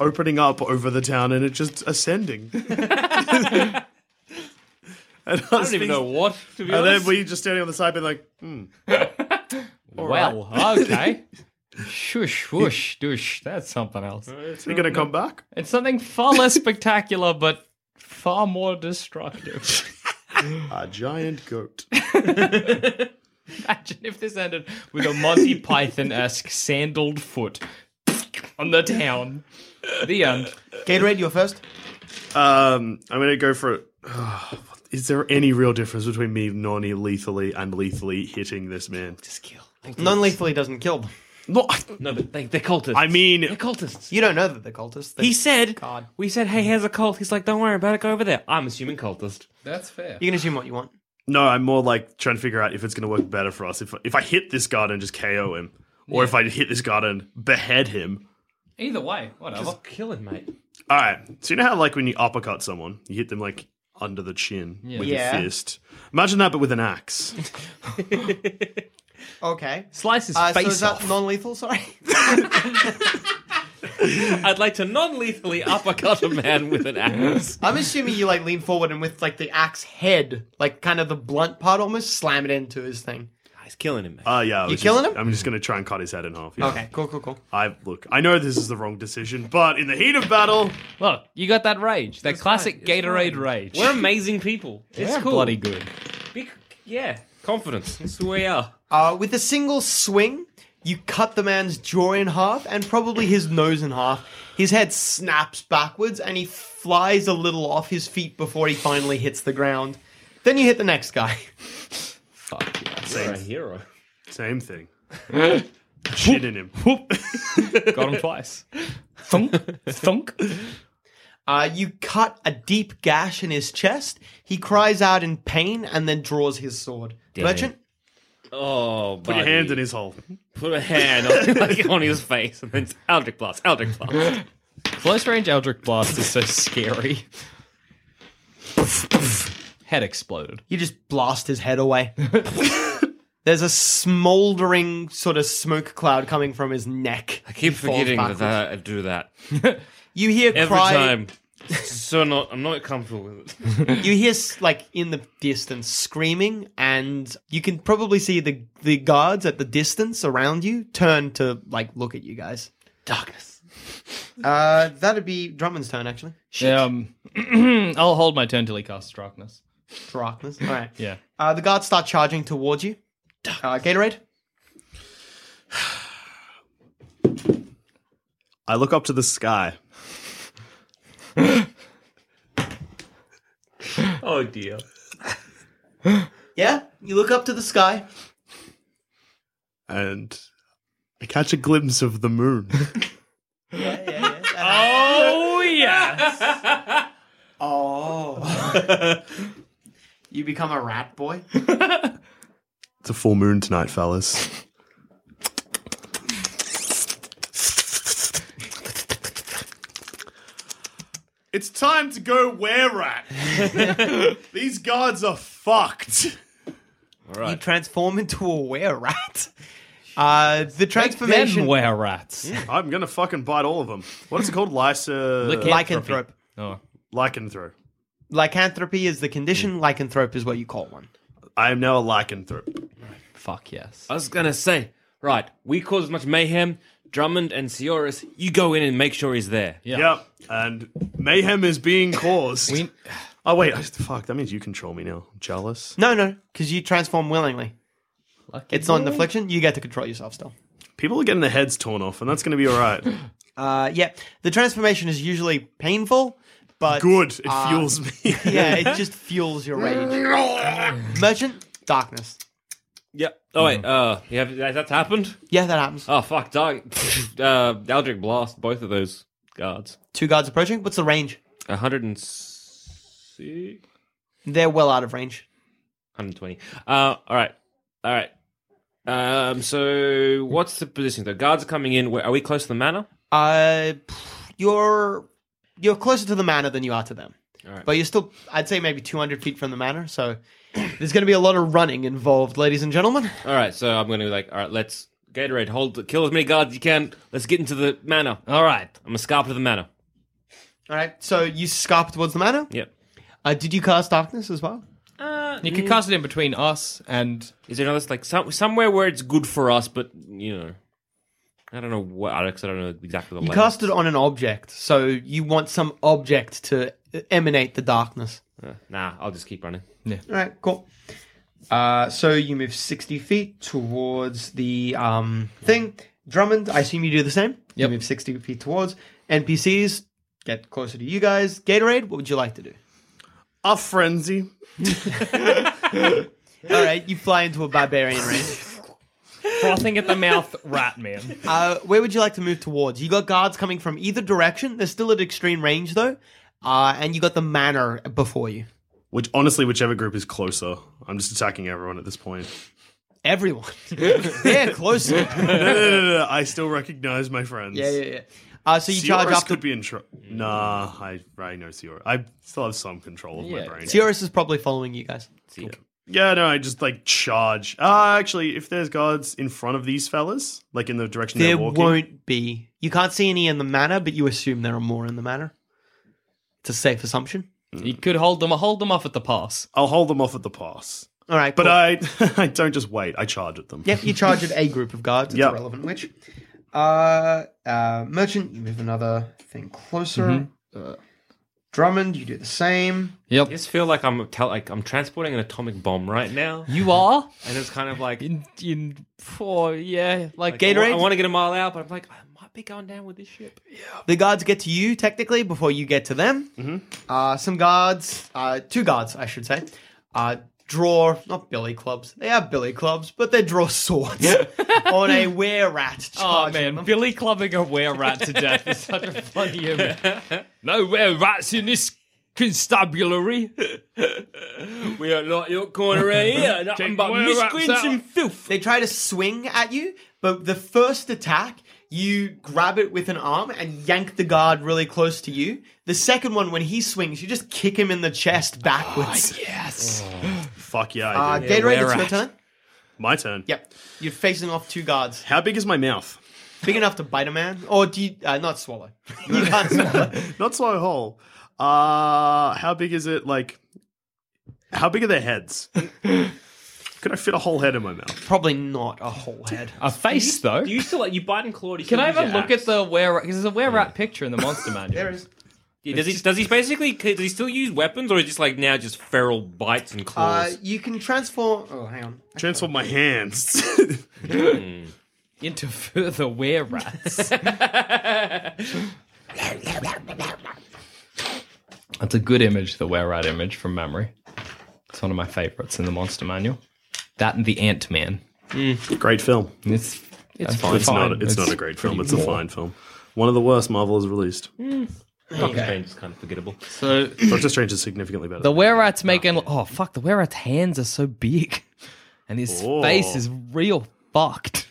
Speaker 7: opening up over the town and it just ascending. and I
Speaker 6: I don't even know what, to be
Speaker 7: And
Speaker 6: honest.
Speaker 7: then we just standing on the side being like, hmm.
Speaker 5: well, okay. Shush, whoosh, douche. That's something else.
Speaker 7: Is he going to come back?
Speaker 5: It's something far less spectacular, but far more destructive.
Speaker 7: A giant goat.
Speaker 5: Imagine if this ended with a Monty Python esque sandaled foot on the town. The end.
Speaker 3: Gatorade, you're first.
Speaker 7: Um, I'm going to go for it. Is there any real difference between me non lethally and lethally hitting this man?
Speaker 6: Just kill.
Speaker 3: Non lethally doesn't kill them.
Speaker 7: No, I,
Speaker 6: No, but they, they're cultists.
Speaker 7: I mean,
Speaker 6: they're cultists.
Speaker 3: You don't know that they're cultists. They-
Speaker 6: He said,
Speaker 3: God.
Speaker 6: we said, hey, here's a cult. He's like, don't worry about it. Go over there. I'm assuming cultist.
Speaker 5: That's fair.
Speaker 3: You can assume what you want.
Speaker 7: no, I'm more like trying to figure out if it's going to work better for us. If if I hit this guard and just KO him, or if I hit this guard and behead him.
Speaker 5: Either way, whatever.
Speaker 6: Just kill him, mate.
Speaker 7: All right. So you know how like when you uppercut someone, you hit them like under the chin with
Speaker 3: Yeah.
Speaker 7: your fist. Imagine that, but with an axe.
Speaker 3: Okay.
Speaker 5: Slice his
Speaker 3: Uh, so
Speaker 5: face
Speaker 3: is that
Speaker 5: off.
Speaker 3: non lethal? Sorry.
Speaker 6: I'd like to non-lethally uppercut a man with an axe.
Speaker 3: I'm assuming you like lean forward and with like the axe head, like kind of the blunt part almost, slam it into his thing.
Speaker 6: He's killing him, mate.
Speaker 7: Oh yeah. I was just-
Speaker 3: killing him?
Speaker 7: I'm just gonna try and cut his head in half. Yeah.
Speaker 3: Okay, cool, cool, cool.
Speaker 7: I look. I know this is the wrong decision, but in the heat of battle,
Speaker 5: Look, you got that rage. That classic Gatorade rage.
Speaker 6: We're amazing people. It's
Speaker 5: We're
Speaker 6: cool.
Speaker 5: bloody good.
Speaker 6: Big, yeah, confidence. That's who we are.
Speaker 3: Uh, with a single swing, you cut the man's jaw in half and probably his nose in half. His head snaps backwards and he flies a little off his feet before he finally hits the ground. Then you hit the next guy.
Speaker 5: Fuck yes.
Speaker 6: We're a hero.
Speaker 7: same thing. Shit in him.
Speaker 5: Got him twice. Thunk, thunk.
Speaker 3: Uh, you cut a deep gash in his chest. He cries out in pain and then draws his sword. Merchant,
Speaker 6: Oh,
Speaker 7: Put your hand in his hole.
Speaker 6: Put a hand on, like, on his face, and then it's Eldritch Blast, Eldritch Blast.
Speaker 5: Close range Eldritch Blast is so scary. Head exploded.
Speaker 3: you just blast his head away. There's a smoldering sort of smoke cloud coming from his neck.
Speaker 6: I keep
Speaker 3: He falls
Speaker 6: forgetting
Speaker 3: backwards.
Speaker 6: that I do that.
Speaker 3: You hear
Speaker 6: Every
Speaker 3: cry.
Speaker 6: time. so not, I'm not comfortable with it.
Speaker 3: you hear s- like in the distance screaming and you can probably see the the guards at the distance around you turn to like look at you guys
Speaker 6: Darkness.
Speaker 3: uh that'd be drummond's turn actually
Speaker 5: Um, I'll hold my turn till he casts darkness.
Speaker 3: darkness all right
Speaker 5: Yeah.
Speaker 3: uh the guards start charging towards you uh gatorade
Speaker 7: I look up to the sky.
Speaker 6: Oh dear.
Speaker 3: yeah you look up to the sky
Speaker 7: and I catch a glimpse of the moon.
Speaker 5: Oh yeah.
Speaker 3: Oh. you become a rat boy
Speaker 7: It's a full moon tonight, fellas. It's time to go where rat. These guards are fucked.
Speaker 3: you transform into a were rat uh the transformation
Speaker 5: Then we're rats.
Speaker 7: I'm gonna fucking bite all of them. What is it called? Lysa
Speaker 3: lycanthrope
Speaker 5: Oh.
Speaker 7: lycanthrope.
Speaker 3: lycanthropy is the condition
Speaker 5: Hmm.
Speaker 3: lycanthrope is what you call one
Speaker 7: I am now a lycanthrope.
Speaker 5: Fuck yes.
Speaker 6: I was gonna say, right, we cause as much mayhem. Drummond and Sioris, you go in and make sure he's there.
Speaker 5: Yeah.
Speaker 7: Yep. And mayhem is being caused.
Speaker 5: We-
Speaker 7: oh wait, I, fuck. That means you control me now. Jealous.
Speaker 3: no no because you transform willingly
Speaker 5: Lucky
Speaker 3: It's not an affliction. You get to control yourself still.
Speaker 7: People are getting their heads torn off, and that's gonna be all right.
Speaker 3: Uh, yeah, the transformation is usually painful, but
Speaker 7: Good. It
Speaker 3: Uh,
Speaker 7: fuels me.
Speaker 3: yeah, it just fuels your rage. Merchant, darkness.
Speaker 6: Yep. Oh wait, uh, yeah, that's happened.
Speaker 3: Yeah, that happens.
Speaker 6: Oh fuck, dark. uh, Eldritch blast both of those guards.
Speaker 3: Two guards approaching. What's the range?
Speaker 6: A hundred and six.
Speaker 3: They're well out of range.
Speaker 6: 120. Uh, all right. All right. Um, so what's the position? The guards are coming in. Where- Are we close to the manor?
Speaker 3: Uh, you're you're closer to the manor than you are to them,
Speaker 6: Alright.
Speaker 3: but you're still I'd say maybe 200 feet from the manor. So there's going to be a lot of running involved, ladies and gentlemen.
Speaker 6: All right. So I'm going to be like, all right, let's Gatorade, hold, kill as many guards as you can. Let's get into the manor. I'm
Speaker 5: All right.
Speaker 6: going to scarp to the manor.
Speaker 3: All right, so you scarp towards the manor.
Speaker 6: Yep.
Speaker 3: Uh, did you cast darkness as well?
Speaker 5: You could cast it in between us and
Speaker 6: Is there another, like, some, somewhere where it's good for us, but, you know, I don't know what, Alex, I don't know exactly the
Speaker 3: You
Speaker 6: layout.
Speaker 3: cast it on an object, so you want some object to emanate the darkness.
Speaker 6: Uh, Nah, I'll just keep running.
Speaker 3: All right, cool. Uh, so you move 60 feet towards the um, thing. Drummond, I assume you do the same. You
Speaker 5: Yep.
Speaker 3: move 60 feet towards. NPCs, get closer to you guys. Gatorade, what would you like to do?
Speaker 7: A frenzy.
Speaker 3: All right, you fly into a barbarian range.
Speaker 5: frothing at the mouth rat man.
Speaker 3: Uh, where would you like to move towards? You got guards coming from either direction. They're still at extreme range, though. Uh, and you got the manor before you.
Speaker 7: Which honestly, whichever group is closer, I'm just attacking everyone at this point.
Speaker 3: Everyone. They're closer.
Speaker 7: no, no, no, no, no, I still recognize my friends.
Speaker 3: Yeah, yeah, yeah. Uh, so you
Speaker 7: Seoris
Speaker 3: charge up
Speaker 7: could
Speaker 3: to.
Speaker 7: be in trouble. Nah, I I know Seoris. I still have some control of my brain.
Speaker 3: Seoris is probably following you guys.
Speaker 7: Yeah, no, I just like charge. Ah, actually, if there's guards in front of these fellas, like in the direction
Speaker 3: There
Speaker 7: they're walking,
Speaker 3: won't be. You can't see any in the manor, but you assume there are more in the manor. It's a safe assumption.
Speaker 5: You could hold them hold them off at the pass.
Speaker 7: I'll hold them off at the pass.
Speaker 3: All right,
Speaker 7: But uh,
Speaker 3: cool.
Speaker 7: I I don't just wait. I charge at them.
Speaker 3: Yep, you charge at a group of guards. It's
Speaker 7: Yep.
Speaker 3: irrelevant which. Uh, uh, merchant, you move another thing closer. Uh, Drummond, you do the same.
Speaker 6: I
Speaker 5: Yep.
Speaker 6: just feel like I'm tell- like I'm transporting an atomic bomb right now,
Speaker 5: You are
Speaker 6: and it's kind of like,
Speaker 5: in in four yeah like,
Speaker 6: like, I wa-
Speaker 3: Gatorade?
Speaker 6: I want to get a mile out, but I'm like, I might be going down with this ship.
Speaker 3: The guards get to you technically before you get to them.
Speaker 7: Mm-hmm.
Speaker 3: Uh, some guards, uh, two guards, I should say, uh, draw not billy clubs. They are billy clubs, but they draw swords on a were rat.
Speaker 5: Oh man, Billy clubbing a were rat to death is such a funny image. No were rats in this constabulary.
Speaker 6: We are not your corner right here. Nothing
Speaker 5: Take
Speaker 6: but
Speaker 5: where rats
Speaker 6: miscreants
Speaker 5: out.
Speaker 6: and filth.
Speaker 3: They try to swing at you, but the first attack, you grab it with an arm and yank the guard really close to you. The second one, when he swings, you just kick him in the chest backwards.
Speaker 5: Yes.
Speaker 7: Fuck yeah,
Speaker 3: Uh,
Speaker 7: I do.
Speaker 3: Gatorade,
Speaker 6: were
Speaker 3: it's your
Speaker 6: rat.
Speaker 3: turn.
Speaker 7: my turn.
Speaker 3: Yep, you're facing off two guards.
Speaker 7: How big is my mouth?
Speaker 3: Big enough to bite a man, or do you uh, not swallow? you can't swallow.
Speaker 7: Not so whole. Uh, how big is it? Like, how big are their heads? Could I fit a whole head in my mouth?
Speaker 3: Probably not a whole head.
Speaker 2: A face, though.
Speaker 6: Do you still like you bite and claw? Do you
Speaker 5: Can
Speaker 6: still
Speaker 5: I
Speaker 6: use
Speaker 5: have a
Speaker 6: your
Speaker 5: look
Speaker 6: axe?
Speaker 5: at the were? Because there's a were rat picture in the monster manual. there is.
Speaker 6: Yeah, does he does he basically does he still use weapons or is he just like now just feral bites and
Speaker 3: Uh,
Speaker 6: claws?
Speaker 3: you can transform. Oh, hang on.
Speaker 7: Transform my hands.
Speaker 5: Into further were rats. That's a good image, the were rat image from memory.
Speaker 2: It's one of my favorites in the monster manual. That and the Ant Man.
Speaker 7: great film.
Speaker 2: It's it's fine.
Speaker 7: It's not. It's, not a great film. It's a fine film. One of the worst Marvel has released.
Speaker 6: okay, it's kind of forgettable.
Speaker 5: So
Speaker 7: Doctor Strange is significantly better.
Speaker 2: The were rat's making. Oh fuck! The were rat's hands are so big, and his
Speaker 7: Oh.
Speaker 2: face is real fucked.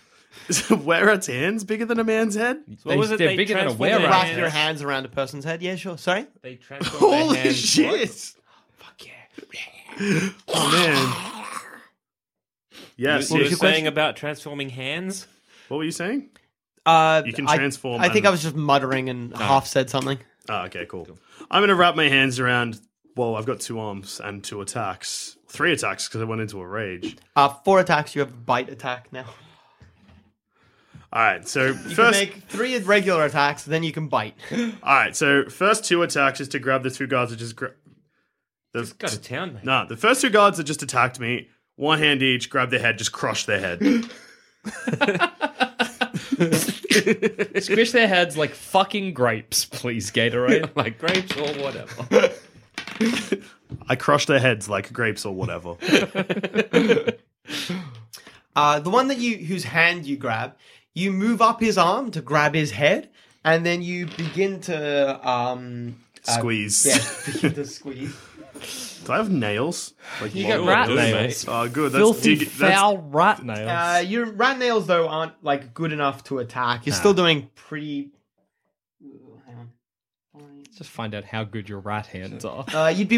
Speaker 7: where its hands bigger than a man's head?
Speaker 6: What was it?
Speaker 2: they're
Speaker 6: They
Speaker 2: bigger than a
Speaker 6: transform
Speaker 2: were
Speaker 6: their
Speaker 2: rat.
Speaker 3: Wrap your hands around a person's head. Yeah, sure. Sorry.
Speaker 6: They transform their
Speaker 7: Holy
Speaker 6: hands-
Speaker 7: shit! Fuck yeah! oh man. Yes.
Speaker 6: What
Speaker 7: yes.
Speaker 6: was you saying about transforming hands?
Speaker 7: What were you saying?
Speaker 3: Uh,
Speaker 7: You can
Speaker 3: I-
Speaker 7: transform
Speaker 3: I, think
Speaker 7: and-
Speaker 3: I was just muttering and half said something.
Speaker 7: Ah, okay, cool. I'm gonna wrap my hands around. Well, I've got two arms and two attacks, three attacks because I went into a rage.
Speaker 3: Uh, four attacks. You have a bite attack now.
Speaker 7: All right, so
Speaker 3: You
Speaker 7: first,
Speaker 3: can make three regular attacks, then you can bite.
Speaker 7: all right, so first two attacks is to grab the two guards that just. Gra- the,
Speaker 6: Go to town, man.
Speaker 7: nah, the first two guards that just attacked me, one hand each, grab their head, just crush their head.
Speaker 2: Squish their heads like fucking grapes, please, Gatorade.
Speaker 6: Like grapes or whatever.
Speaker 7: I crush their heads like grapes or whatever.
Speaker 3: Uh, the one that you whose hand you grab, you move up his arm to grab his head, and then you begin to um, uh,
Speaker 7: Squeeze.
Speaker 3: yeah, begin to squeeze.
Speaker 7: Do I have nails? Like
Speaker 2: You
Speaker 7: long
Speaker 2: got rat
Speaker 6: do,
Speaker 2: nails.
Speaker 7: Oh, good. That's
Speaker 2: Filthy
Speaker 7: dig- that's-
Speaker 2: foul rat nails.
Speaker 3: Uh, your rat nails though aren't like good enough to attack. You're still doing pretty.
Speaker 2: Just find out how good your rat hands are.
Speaker 3: Uh, you'd be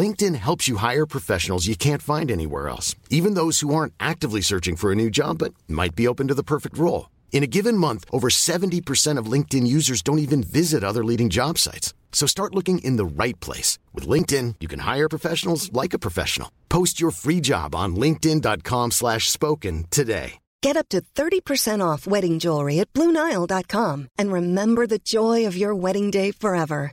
Speaker 8: LinkedIn helps you hire professionals you can't find anywhere else, even those who aren't actively searching for a new job but might be open to the perfect role. In a given month, over 70% of LinkedIn users don't even visit other leading job sites. So start looking in the right place. With LinkedIn, you can hire professionals like a professional. Post your free job on linkedin.com/spoken slash spoken today.
Speaker 9: Get up to 30% off wedding jewelry at BlueNile.com and remember the joy of your wedding day forever.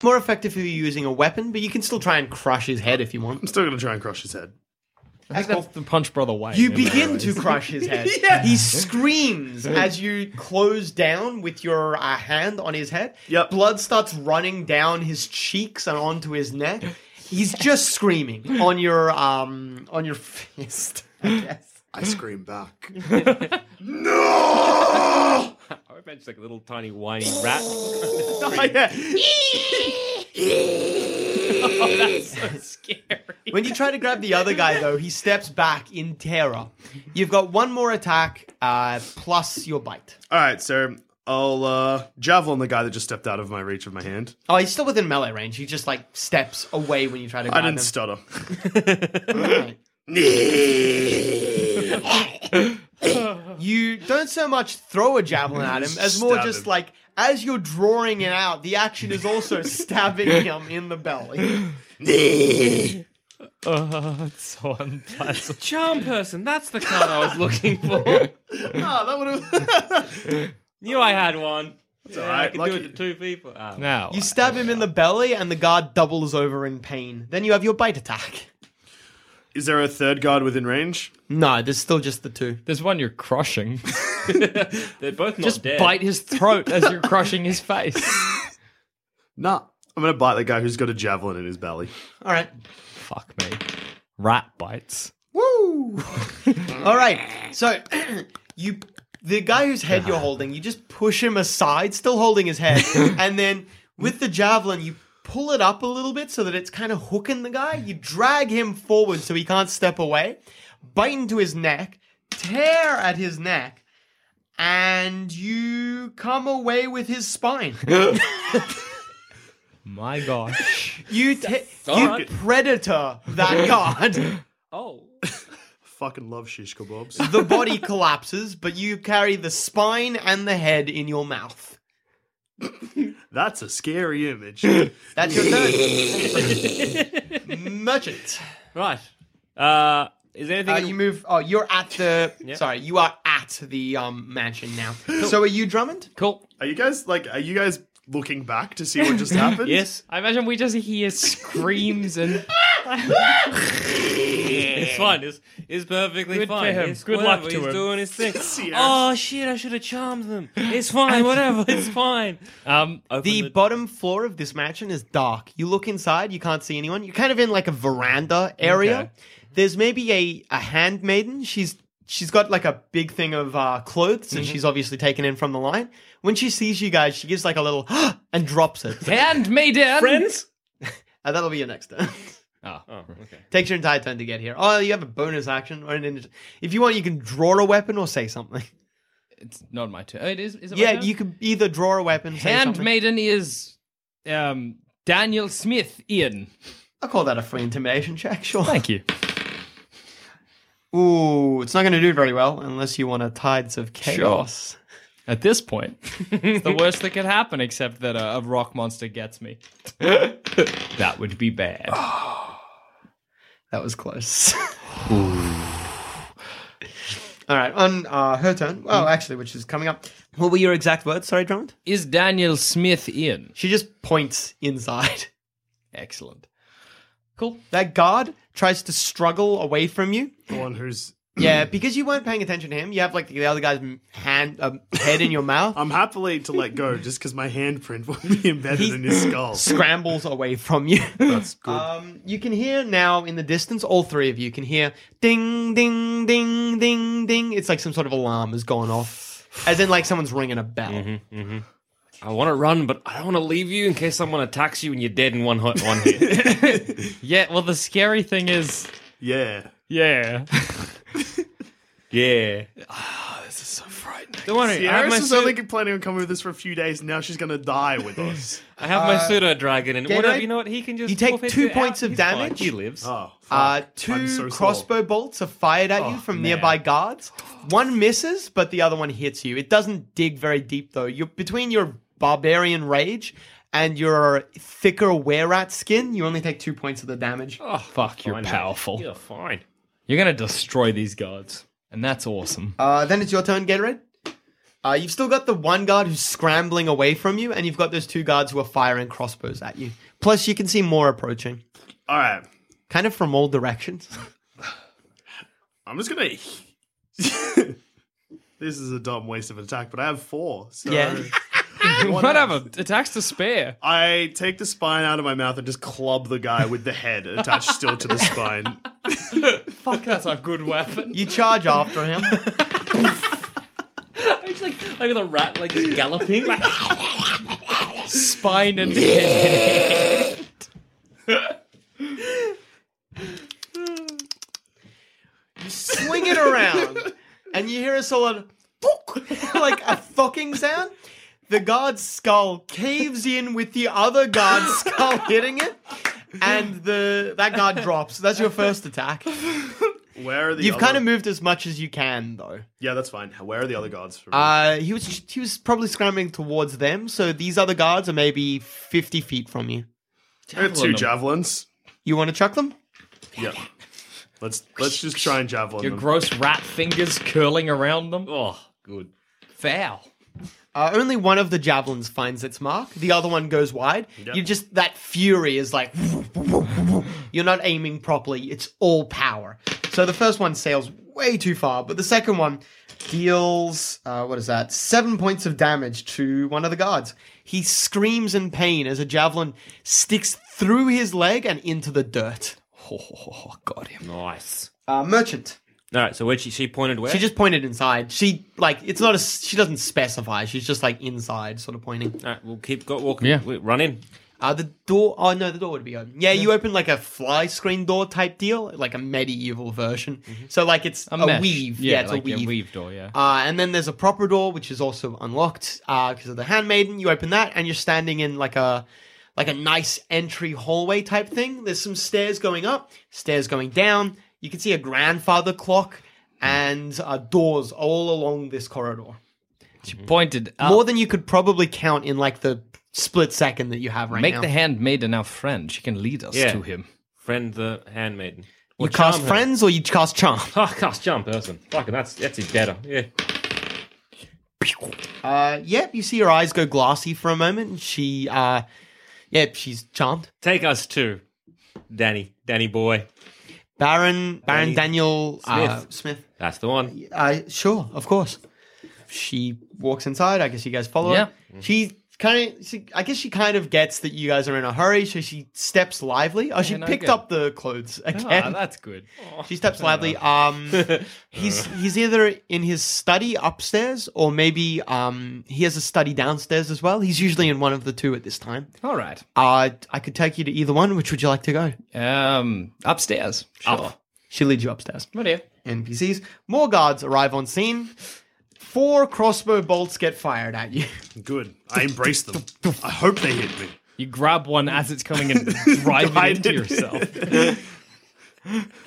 Speaker 3: more effective if you're using a weapon, but you can still try and crush his head if you want.
Speaker 7: I'm still going to try and crush his head.
Speaker 2: I think that's the Punch Brother way.
Speaker 3: You
Speaker 2: in many
Speaker 3: begin
Speaker 2: ways.
Speaker 3: to crush his head. He screams as you close down with your uh, hand on his head.
Speaker 7: Yep.
Speaker 3: Blood starts running down his cheeks and onto his neck. He's just screaming on your um on your fist. I guess.
Speaker 7: I scream back.
Speaker 6: I imagine like a little tiny whiny rat.
Speaker 3: Oh, Oh, When you try to grab the other guy though, he steps back in terror. You've got one more attack uh, plus your bite.
Speaker 7: All right, so I'll uh, javelin the guy that just stepped out of my reach of my hand.
Speaker 3: Oh, he's still within melee range. He just like steps away when you try to
Speaker 7: I
Speaker 3: grab
Speaker 7: didn't
Speaker 3: him.
Speaker 7: stutter.
Speaker 3: Right. you don't so much throw a javelin at him as more
Speaker 7: Stab
Speaker 3: just
Speaker 7: him.
Speaker 3: like as you're drawing it out, the action is also stabbing him in the belly.
Speaker 5: Oh, it's so unpleasant.
Speaker 6: Charm person, that's the card I was looking for.
Speaker 7: Ah, that would have.
Speaker 6: Knew I had one.
Speaker 7: all right,
Speaker 6: I could
Speaker 7: lucky.
Speaker 6: do it to two people. Ah, well.
Speaker 3: You stab him in the belly, and the guard doubles over in pain. Then you have your bite attack.
Speaker 7: Is there a third guard within range?
Speaker 3: No, there's still just the two.
Speaker 5: There's one you're crushing.
Speaker 6: They're both not
Speaker 5: Just
Speaker 6: dead.
Speaker 5: bite his throat as you're crushing his face.
Speaker 7: Nah, I'm gonna bite the guy who's got a javelin in his belly.
Speaker 3: All right.
Speaker 5: Fuck me. Rat bites.
Speaker 3: Woo! All right. So you, the guy whose head you're holding, you just push him aside, still holding his head, and then with the javelin, you pull it up a little bit so that it's kind of hooking the guy. You drag him forward so he can't step away, bite into his neck, tear at his neck, and you come away with his spine.
Speaker 5: My gosh.
Speaker 3: you ta-
Speaker 6: All
Speaker 3: you
Speaker 6: right.
Speaker 3: predator that guard.
Speaker 6: Oh.
Speaker 7: Fucking love shish kebabs.
Speaker 3: the body collapses, but you carry the spine and the head in your mouth.
Speaker 7: That's a scary image.
Speaker 3: That's your turn. Merchant.
Speaker 6: Right. Uh, is there anything?
Speaker 3: Uh, you move. Oh, you're at the. Sorry, you are at the um, mansion now. So are you Drummond?
Speaker 5: Cool.
Speaker 7: Are you guys like? Are you guys looking back to see what just happened?
Speaker 6: yes.
Speaker 5: I imagine we just hear screams and
Speaker 6: It's fine. It's, it's perfectly
Speaker 5: Good for
Speaker 6: fine.
Speaker 5: him.
Speaker 6: It's
Speaker 5: Good luck
Speaker 6: whatever.
Speaker 5: to
Speaker 6: He's
Speaker 5: him.
Speaker 6: doing his thing.
Speaker 7: See ya.
Speaker 6: oh shit! I should have charmed them. It's fine. whatever. It's fine.
Speaker 5: um
Speaker 6: Open
Speaker 3: The bottom floor of this mansion is dark. You look inside, you can't see anyone. You're kind of in like a veranda area.
Speaker 5: Okay.
Speaker 3: There's maybe a, a handmaiden. She's she's got like a big thing of uh, clothes and she's obviously taken in from the line. When she sees you guys, she gives like a little and drops it.
Speaker 5: hand me down.
Speaker 6: friends.
Speaker 3: Uh, that'll be your next turn.
Speaker 5: Oh,
Speaker 6: okay.
Speaker 3: Takes your entire turn to get here. Oh, you have a bonus action or an inter- if you want, you can draw a weapon or say something.
Speaker 5: it's not my turn. Oh, It is. Is it my
Speaker 3: yeah,
Speaker 5: turn?
Speaker 3: you could either draw a weapon. Say something.
Speaker 5: Handmaiden is um Daniel Smith Ian.
Speaker 3: I'll call that a free intimidation check. Sure.
Speaker 5: Thank you.
Speaker 3: Ooh, it's not going to do very well unless you want a Tides of Chaos.
Speaker 5: At this point, it's the worst that could happen, except that a, a rock monster gets me. that would be bad.
Speaker 3: That was close. All right, on uh, her turn. Well, actually, which is coming up. What were your exact words? Sorry, Drummond.
Speaker 5: Is Daniel Smith Ian?
Speaker 3: She just points inside.
Speaker 5: Excellent. Cool.
Speaker 3: That guard tries to struggle away from you.
Speaker 7: The one who's.
Speaker 3: Yeah, because you weren't paying attention to him. You have like the other guy's m- hand um, head in your mouth.
Speaker 7: I'm happily to let go just because my handprint will be embedded
Speaker 3: He-
Speaker 7: in his skull.
Speaker 3: scrambles away from you.
Speaker 7: That's good.
Speaker 6: Uh,
Speaker 3: Um, you can hear now in the distance, all three of you can hear ding, ding, ding, ding, ding. It's like some sort of alarm has gone off, as in like someone's ringing a bell.
Speaker 6: I want to run, but I don't want to leave you in case someone attacks you and you're dead in one hit. One hit.
Speaker 5: Yeah, well, the scary thing is.
Speaker 7: yeah.
Speaker 5: Yeah.
Speaker 6: yeah.
Speaker 7: This is so frightening.
Speaker 6: Don't worry. I have
Speaker 7: Sierra
Speaker 6: my,
Speaker 7: was
Speaker 6: pseudo,
Speaker 7: only planning on coming with us for a few days, and now she's gonna die with us.
Speaker 6: I have my pseudo dragon, and whatever.
Speaker 3: Gatorade,
Speaker 6: You know what? He can just.
Speaker 3: you take
Speaker 6: forfeit
Speaker 3: two
Speaker 6: it
Speaker 3: points
Speaker 6: out.
Speaker 3: of
Speaker 6: He's fine.
Speaker 3: damage.
Speaker 6: He lives.
Speaker 7: Oh,
Speaker 3: Uh,
Speaker 7: fuck. I'm
Speaker 3: two
Speaker 7: so sore. Oh,
Speaker 3: crossbow bolts are fired at you from nearby guards. One misses, but the other one hits you. It doesn't dig very deep though. You're between your barbarian rage and your thicker wererat skin. You only take two points of the damage.
Speaker 6: Oh,
Speaker 5: Fuck, you're
Speaker 6: fine, mate.
Speaker 5: powerful.
Speaker 6: You're fine.
Speaker 5: You're going to destroy these guards. And that's awesome.
Speaker 3: Uh, then it's your turn, Gatorade. Uh, you've still got the one guard who's scrambling away from you, and you've got those two guards who are firing crossbows at you. Plus, you can see more approaching,
Speaker 7: All right,
Speaker 3: kind of from all directions.
Speaker 7: I'm just gonna. this is a dumb waste of an attack, but I have four. So
Speaker 3: Yeah.
Speaker 5: Whatever. Attacks to spare.
Speaker 7: I take the spine out of my mouth and just club the guy with the head attached still to the spine.
Speaker 5: Fuck, that's a good weapon.
Speaker 3: You charge after him.
Speaker 6: It's like like the rat, like just galloping. Like,
Speaker 5: Spine and head.
Speaker 3: swing it around, and you hear a solid "Pook," like a fucking sound. The guard's skull caves in with the other guard's skull hitting it, and the that guard drops. That's your first attack.
Speaker 7: Where are the?
Speaker 3: You've
Speaker 7: other-
Speaker 3: kind of moved as much as you can, though.
Speaker 7: Yeah, that's fine. Where are the other guards? For me?
Speaker 3: Uh, he was he was probably scrambling towards them. So these other guards are maybe fifty feet from you.
Speaker 7: I got two javelins.
Speaker 3: You want to chuck them?
Speaker 7: Yeah. Let's let's just try and javelin
Speaker 5: Your
Speaker 7: them.
Speaker 5: gross rat fingers curling around them.
Speaker 6: Oh, good.
Speaker 5: Foul.
Speaker 3: Uh, only one of the javelins finds its mark. The other one goes wide.
Speaker 5: Yep.
Speaker 3: You just that fury is like you're not aiming properly. It's all power. So the first one sails way too far, but the second one deals uh, what is that? Seven points of damage to one of the guards. He screams in pain as a javelin sticks through his leg and into the dirt. Oh, got him.
Speaker 6: Nice.
Speaker 3: Uh, merchant.
Speaker 6: All right, so where she, she pointed where?
Speaker 3: She just pointed inside. She like it's not a. She doesn't specify. She's just like inside, sort of pointing.
Speaker 6: All right, we'll keep go walking. Yeah, run in.
Speaker 3: Uh, the door. Oh no, the door would be open. Yeah, you open like a fly screen door type deal, like a medieval version. So like it's Mm-hmm. a,
Speaker 5: mesh.
Speaker 3: weave. Yeah,
Speaker 5: Yeah,
Speaker 3: it's
Speaker 5: like
Speaker 3: a
Speaker 5: your
Speaker 3: weave.
Speaker 5: weave door, yeah.
Speaker 3: Uh, and then there's a proper door which is also unlocked because of the handmaiden. You open that and you're standing in like a like a nice entry hallway type thing. There's some stairs going up, stairs going down. You can see a grandfather clock and uh, doors all along this corridor.
Speaker 5: She pointed up.
Speaker 3: More than you could probably count in like the split second that you have right
Speaker 5: Make
Speaker 3: now.
Speaker 5: the handmaiden our friend. She can lead us
Speaker 3: Yeah.
Speaker 5: to him.
Speaker 6: Friend the handmaiden.
Speaker 3: You cast friends or you cast charm?
Speaker 6: Oh, cast charm person. Fucking that's that's even better. Yeah.
Speaker 3: Uh, yep, you see her eyes go glassy for a moment, and she, uh, yep, she's charmed.
Speaker 6: Take us to Danny, Danny boy,
Speaker 3: Baron, Baron
Speaker 6: Danny
Speaker 3: Daniel uh,
Speaker 6: Smith.
Speaker 3: Smith.
Speaker 6: That's the one.
Speaker 3: I sure, of course. She walks inside. I guess you guys follow her. Mm-hmm. She kind of, she, I guess she kind of gets that you guys are in a hurry, so she steps lively. Oh, she
Speaker 5: Yeah, no
Speaker 3: picked
Speaker 5: good.
Speaker 3: up the clothes again.
Speaker 5: Ah, that's good.
Speaker 3: She steps lively. Um, he's he's either in his study upstairs or maybe um he has a study downstairs as well. He's usually in one of the two at this time.
Speaker 5: All right.
Speaker 3: Uh, I could take you to either one. Which would you like to go?
Speaker 5: Um, upstairs. Sure.
Speaker 3: Up. She leads you upstairs.
Speaker 5: Oh dear.
Speaker 3: NPCs. More guards arrive on scene. Four crossbow bolts get fired at you.
Speaker 7: Good. I embrace them. I hope they hit me.
Speaker 5: You grab one as it's coming and drive it into yourself.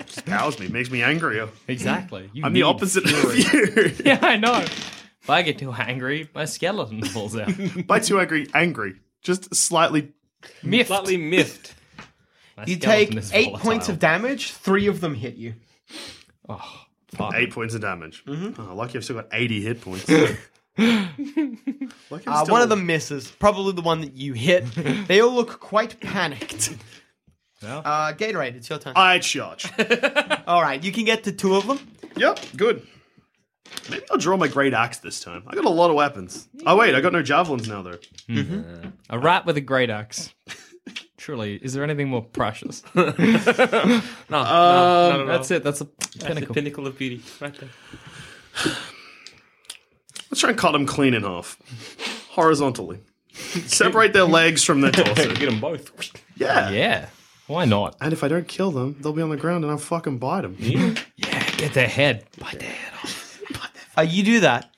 Speaker 7: Just powers me, makes me angrier.
Speaker 5: Exactly. You
Speaker 7: I'm the
Speaker 5: need
Speaker 7: opposite of
Speaker 5: fury.
Speaker 7: you.
Speaker 5: yeah, I know. If I get too angry, my skeleton falls out.
Speaker 7: By too angry, angry. Just slightly
Speaker 5: Miffed.
Speaker 6: Slightly miffed.
Speaker 5: My
Speaker 3: You take
Speaker 5: skeleton is
Speaker 3: eight
Speaker 5: volatile.
Speaker 3: points of damage. Three of them hit you.
Speaker 7: Eight points of damage. Oh, lucky I've still got 80 hit points. Uh, Lucky I'm
Speaker 3: Uh,
Speaker 7: still-
Speaker 3: one of them misses. Probably the one that you hit. they all look quite panicked. Uh, Gatorade, it's your turn.
Speaker 7: I charge.
Speaker 3: all right, you can get to two of them.
Speaker 7: Yep, good. Maybe I'll draw my great axe this time. I got a lot of weapons. Oh, wait, I got no javelins now, though.
Speaker 5: A rat with a great axe. Truly, is there anything more precious? Um,
Speaker 6: No, no, no, no, no.
Speaker 5: That's it. That's a
Speaker 6: That's the
Speaker 5: pinnacle.
Speaker 6: pinnacle of beauty, right there.
Speaker 7: Let's try and cut them clean in half, horizontally. Separate their legs from their torso.
Speaker 6: Get them both.
Speaker 7: Yeah.
Speaker 5: yeah. Why not?
Speaker 7: And if I don't kill them, they'll be on the ground and I'll fucking bite them. Yeah.
Speaker 5: Get their head.
Speaker 3: Uh, you do that.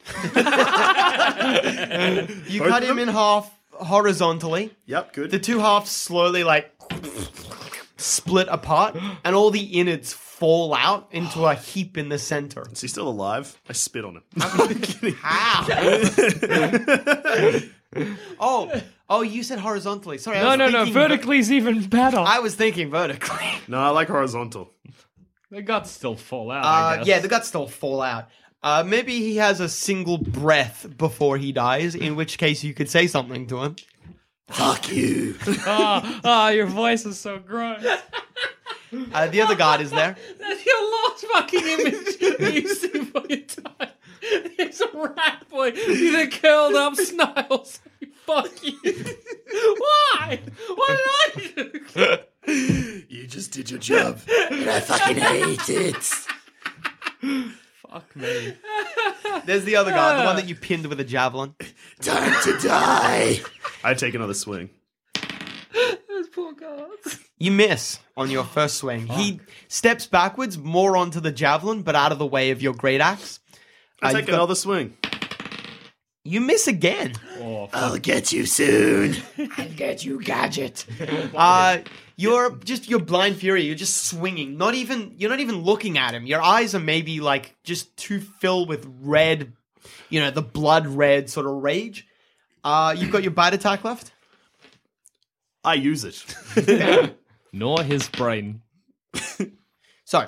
Speaker 3: you
Speaker 7: Both
Speaker 3: cut
Speaker 7: of
Speaker 3: him in
Speaker 7: them?
Speaker 3: half horizontally.
Speaker 7: Yep, good.
Speaker 3: The two halves slowly like split apart, and all the innards fall out into a heap in the center.
Speaker 7: Is he still alive? I spit on him. I'm kidding.
Speaker 3: Ow! oh, oh, you said horizontally. Sorry. I
Speaker 5: No,
Speaker 3: was
Speaker 5: Oh, no, no.
Speaker 3: thinking ver-
Speaker 5: Vertically is even better.
Speaker 3: I was thinking vertically.
Speaker 7: No, I like horizontal.
Speaker 5: the guts still fall out. I
Speaker 3: Uh,
Speaker 5: guess.
Speaker 3: yeah, the guts still fall out. Uh, maybe he has a single breath before he dies, in which case you could say something to him.
Speaker 7: Fuck you.
Speaker 5: Ah, ah, your voice is so gross.
Speaker 3: Uh, the other guard is there.
Speaker 5: That's your last fucking image you see for your time. It's a rat boy with a curled up snails. Fuck you. Why? Why did I do?
Speaker 7: You just did your job. And I fucking hate it.
Speaker 5: Fuck me.
Speaker 3: There's the other guard, the one that you pinned with a javelin.
Speaker 7: Time to die. I take another swing.
Speaker 5: Those poor guards.
Speaker 3: You miss on your first swing. He steps backwards, more onto the javelin, but out of the way of your great axe.
Speaker 7: I
Speaker 3: Uh,
Speaker 7: take
Speaker 3: you've got-
Speaker 7: another swing.
Speaker 3: You miss again.
Speaker 7: I'll get you soon.
Speaker 3: Uh, you're just you're blind fury. You're just swinging. Not even you're not even looking at him. Your eyes are maybe like just too filled with red, you know, the blood red sort of rage. Uh, you've got your bite attack left.
Speaker 7: I use it.
Speaker 5: Nor his brain.
Speaker 3: so,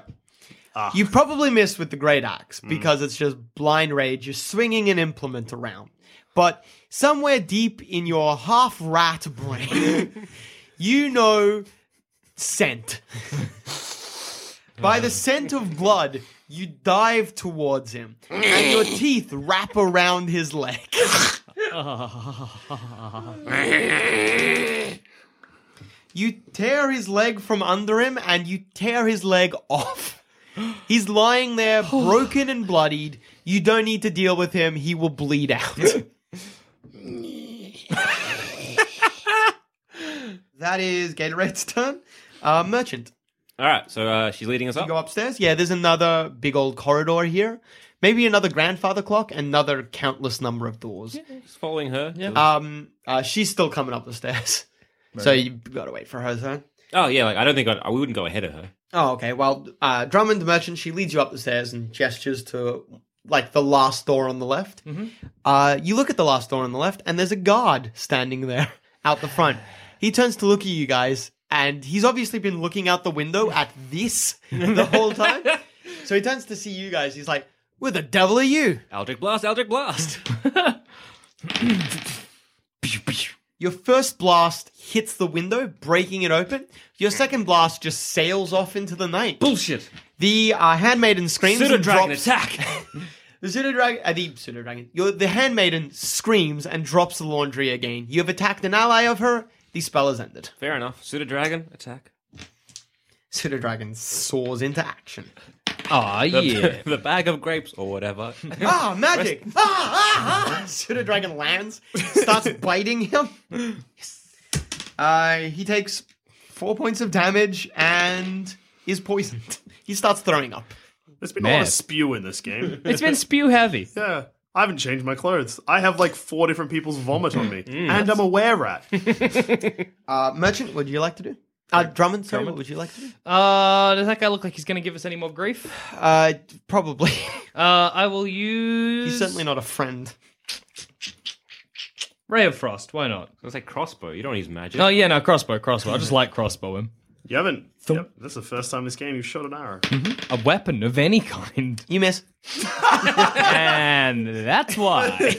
Speaker 3: you've probably missed with the great axe because it's just blind rage. You're swinging an implement around. But somewhere deep in your half rat brain, you know scent. By the scent of blood, you dive towards him, and your teeth wrap around his leg. You tear his leg from under him and you tear his leg off. He's lying there broken and bloodied. You don't need to deal with him. He will bleed out. that is Gatorade's turn. Uh, merchant.
Speaker 6: All right, so uh, she's leading us
Speaker 3: You
Speaker 6: up.
Speaker 3: go upstairs. Yeah, there's another big old corridor here. Maybe another grandfather clock, another countless number of doors.
Speaker 6: Just following her. Yeah.
Speaker 3: Um, uh, she's still coming up the stairs. So
Speaker 6: Right.
Speaker 3: you've got to wait for her turn.
Speaker 6: oh yeah, like I don't think I'd, I we wouldn't go ahead of her.
Speaker 3: Oh, okay. Well, uh, Drummond the merchant, she leads you up the stairs and gestures to like the last door on the left. Uh, you look at the last door on the left, and there's a guard standing there out the front. He turns to look at you guys, and he's obviously been looking out the window at this the whole time. so he turns to see you guys. He's like, "Where the devil are you?"
Speaker 6: Eldritch blast! Eldritch blast!
Speaker 3: Your first blast hits the window, breaking it open. Your second blast just sails off into the night.
Speaker 6: Bullshit.
Speaker 3: The uh, handmaiden screams.
Speaker 6: Pseudo
Speaker 3: and
Speaker 6: dragon
Speaker 3: drops-
Speaker 6: attack.
Speaker 3: The pseudo dragon, uh, the pseudo dragon, your the handmaiden screams and drops the laundry again. You have attacked an ally of her. The spell is ended.
Speaker 6: Fair enough. Pseudo dragon attack.
Speaker 3: Pseudo dragon soars into action.
Speaker 6: Ah
Speaker 3: yeah.
Speaker 6: the bag of grapes or whatever.
Speaker 3: Ah, magic! Ah, ah, ah! Pseudo dragon lands, starts biting him. Yes. Uh, he takes four points of damage and is poisoned. He starts throwing up.
Speaker 7: There's been a lot of spew in this game.
Speaker 3: It's been spew heavy.
Speaker 7: Yeah. I haven't changed my clothes. I have like four different people's vomit on me. and I'm a were rat.
Speaker 3: Uh, merchant, what would you like to do? Uh, Drummond, sorry, what would you like to do?
Speaker 5: Uh, does that guy look like he's going to give us any more grief?
Speaker 3: Uh, probably.
Speaker 5: Uh, I will use.
Speaker 3: He's certainly not a friend.
Speaker 5: Ray of Frost. Why not?
Speaker 6: I was like crossbow. You don't use magic.
Speaker 5: Oh yeah, no crossbow, crossbow. I just like crossbow him.
Speaker 7: You haven't. Yep, this is the first time this game you've shot an arrow.
Speaker 5: A weapon of any kind.
Speaker 3: You miss.
Speaker 5: and that's why.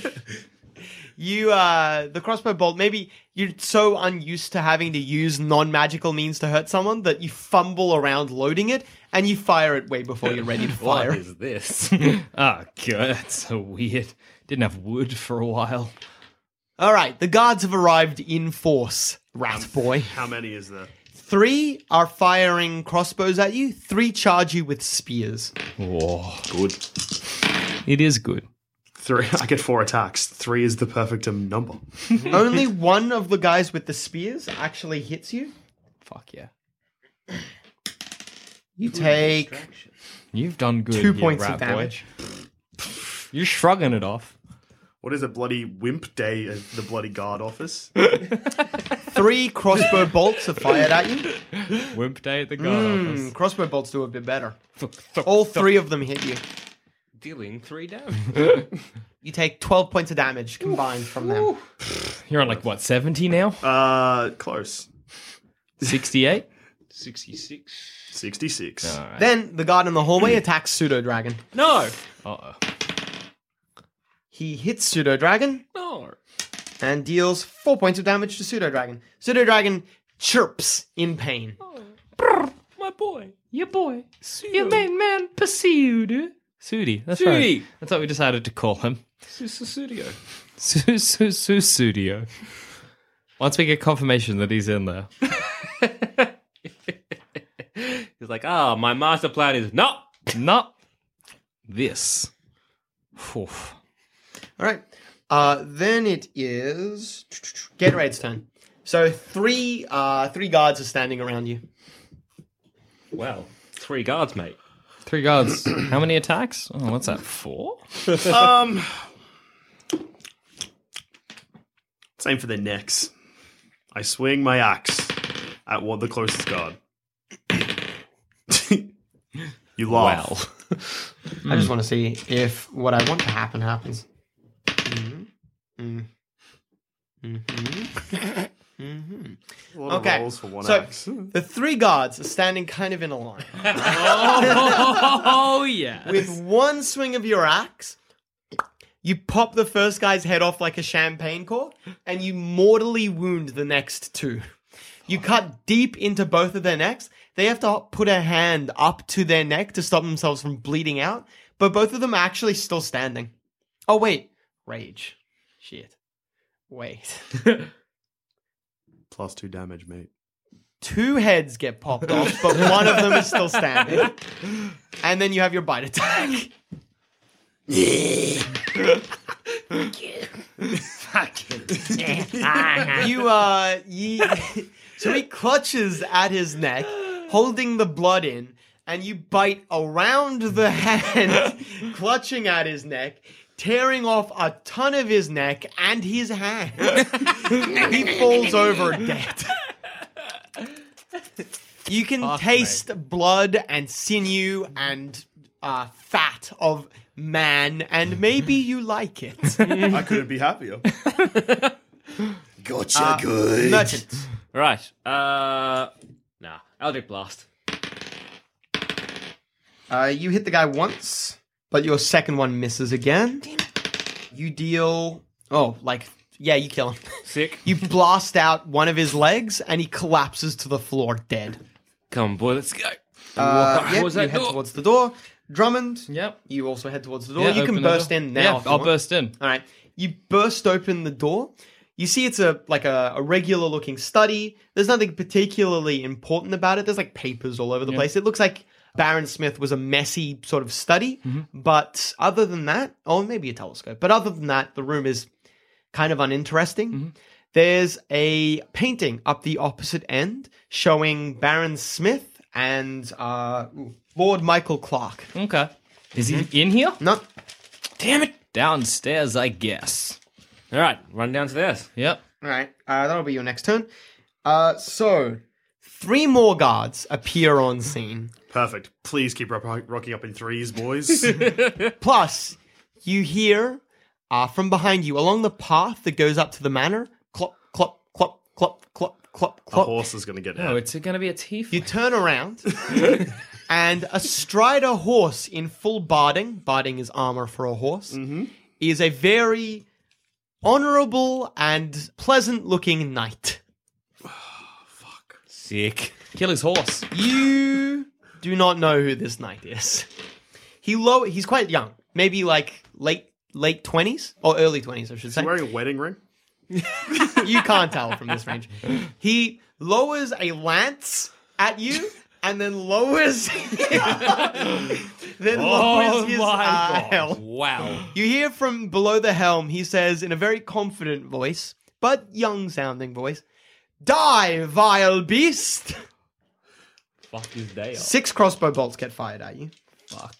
Speaker 3: You, uh, the crossbow bolt, maybe you're so unused to having to use non magical means to hurt someone that you fumble around loading it and you fire it way before you're ready to
Speaker 6: What
Speaker 3: fire. it.
Speaker 6: is this?
Speaker 5: Oh god, that's so weird. Didn't have wood for a while.
Speaker 3: All right, the guards have arrived in force, rat boy.
Speaker 7: How many is there?
Speaker 3: Three are firing crossbows at you, three charge you with spears.
Speaker 5: Oh,
Speaker 7: Good.
Speaker 5: It is good.
Speaker 7: Three. I get four attacks. Three is the perfect um, number.
Speaker 3: Only one of the guys with the spears actually hits you.
Speaker 5: Fuck yeah.
Speaker 3: You take
Speaker 5: You've done good.
Speaker 3: two
Speaker 5: here,
Speaker 3: points
Speaker 5: rat
Speaker 3: of damage.
Speaker 5: Boy. You're shrugging it off.
Speaker 7: What is a bloody wimp day at the bloody guard office?
Speaker 3: Three crossbow bolts are fired at you.
Speaker 5: Wimp day at the guard
Speaker 3: Mm, crossbow bolts do a bit better. All three of them hit you.
Speaker 6: Dealing three damage.
Speaker 3: You take 12 points of damage combined from them.
Speaker 5: office. You're on like what, seventy now?
Speaker 7: Uh, close.
Speaker 5: Sixty-eight?
Speaker 6: Sixty-six.
Speaker 7: 66.
Speaker 3: Then the guard in the hallway attacks Pseudo Dragon.
Speaker 6: No.
Speaker 5: Uh oh.
Speaker 3: He hits Pseudo Dragon
Speaker 6: No.
Speaker 3: and deals 4 points of damage to Pseudo Dragon. Pseudo Dragon chirps in pain.
Speaker 6: My boy.
Speaker 5: Your boy. Your main man pursued. Sudi, that's right.
Speaker 6: Sudi.
Speaker 5: That's what we decided to call him.
Speaker 6: This is studio.
Speaker 5: Su- su- su- Studio. Once we get confirmation that he's in there.
Speaker 6: He's like, ah, my master plan is no.
Speaker 5: Not this. Oof.
Speaker 3: All right. Uh, then it is Gatorade's turn. So three uh, three guards are standing around you.
Speaker 6: Well, three guards, mate.
Speaker 5: Three guards. How many attacks? Oh, what's that? Four?
Speaker 7: um. Same for the necks. I swing my axe at what the closest guard. you laugh.
Speaker 6: Wow.
Speaker 3: I just want to see if what I want to happen happens. Mhm. Mm. Mhm. Mm-hmm.
Speaker 7: A lot of
Speaker 3: okay.
Speaker 7: rolls for one
Speaker 3: so
Speaker 7: axe.
Speaker 3: the three guards are standing kind of in a line.
Speaker 5: Oh, yes.
Speaker 3: With one swing of your axe, you pop the first guy's head off like a champagne cork, and you mortally wound the next two. You cut deep into both of their necks. They have to put a hand up to their neck to stop themselves from bleeding out, but both of them are actually still standing. Oh, wait. Rage. Shit. Wait.
Speaker 7: Plus two damage, mate.
Speaker 3: two heads get popped off, but one of them is still standing. And then you have your bite attack. you uh ye- so he clutches at his neck, holding the blood in, and you bite around the hand, clutching at his neck, tearing off a ton of his neck and his hand. he falls over dead. You can taste blood and sinew and uh, fat of man, and maybe you like it.
Speaker 7: I couldn't be happier.
Speaker 3: Gotcha, good. Merchant.
Speaker 6: Right. Uh, nah. Eldritch Blast.
Speaker 3: Uh, you hit the guy once, but your second one misses again. You deal. Oh, like. Yeah, you kill him.
Speaker 6: Sick.
Speaker 3: You blast out one of his legs, and he collapses to the floor dead.
Speaker 6: Come on, boy, let's go.
Speaker 3: Uh,
Speaker 6: What
Speaker 3: yep,
Speaker 6: was
Speaker 3: you
Speaker 6: that
Speaker 3: head
Speaker 6: door?
Speaker 3: towards the door. Drummond.
Speaker 2: Yep.
Speaker 3: You also head towards the door.
Speaker 2: Yeah,
Speaker 3: you
Speaker 2: open
Speaker 3: can
Speaker 2: the
Speaker 3: burst
Speaker 2: door.
Speaker 3: in now.
Speaker 2: Yeah,
Speaker 3: if you
Speaker 2: I'll
Speaker 3: want.
Speaker 2: burst in.
Speaker 3: All right. You burst open the door. You see it's a like a, a regular looking study. There's nothing particularly important about it. There's like papers all over the
Speaker 2: Yeah.
Speaker 3: place. It looks like Baron Smith was a messy sort of study, but other than that, or maybe a telescope, but other than that, the room is kind of uninteresting. There's a painting up the opposite end showing Baron Smith and uh, ooh, Lord Michael Clark.
Speaker 2: Okay. Is
Speaker 6: Mm-hmm.
Speaker 2: he in here?
Speaker 3: No.
Speaker 2: Damn it. Downstairs, I guess.
Speaker 6: All right, run downstairs.
Speaker 2: Yep.
Speaker 3: All right, uh, that'll be your next turn. Uh, so, three more guards appear on scene.
Speaker 7: Perfect. Please keep ro- rocking up in threes, boys.
Speaker 3: Plus, you hear uh, from behind you along the path that goes up to the manor clop, clop, clop, clop, clop, clop,
Speaker 7: The
Speaker 3: clop.
Speaker 7: horse is going to get
Speaker 2: Oh,
Speaker 7: out.
Speaker 2: it's going to be a thief.
Speaker 3: You turn around, and astride a horse in full barding, barding is armor for a horse, is a very honorable and pleasant looking knight.
Speaker 6: Sick.
Speaker 2: Kill his horse.
Speaker 3: You do not know who this knight is. He low. He's quite young, maybe like late late twenties or early twenties, I should
Speaker 7: Is he
Speaker 3: say.
Speaker 7: wearing a wedding ring?
Speaker 3: you can't tell from this range. He lowers a lance at you and then lowers. then lowers his uh, helm.
Speaker 6: Wow.
Speaker 3: You hear from below the helm, he says in a very confident voice, but young sounding voice, Die, vile beast!
Speaker 6: Fuck his day up.
Speaker 3: Six crossbow bolts get fired at you.
Speaker 2: Fuck.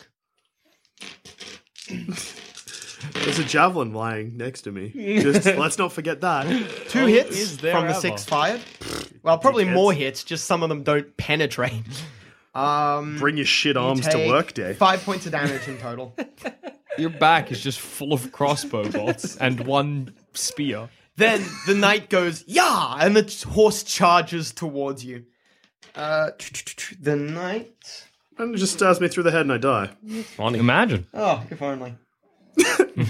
Speaker 7: There's a javelin lying next to me. Just let's not forget that.
Speaker 3: Two hits
Speaker 2: Oh, is there
Speaker 3: from the
Speaker 2: ever?
Speaker 3: six fired. Well, probably more hits, just some of them don't penetrate. Um,
Speaker 7: Bring your shit
Speaker 3: you
Speaker 7: arms to
Speaker 3: take
Speaker 7: work day.
Speaker 3: Five points of damage in total.
Speaker 2: Your back is just full of crossbow bolts and one spear.
Speaker 3: then the knight goes, Yah! And the ch- horse charges towards you. Uh, the knight.
Speaker 7: And it just stabs me through the head and I die.
Speaker 6: Funny.
Speaker 2: Imagine.
Speaker 3: Oh, if only.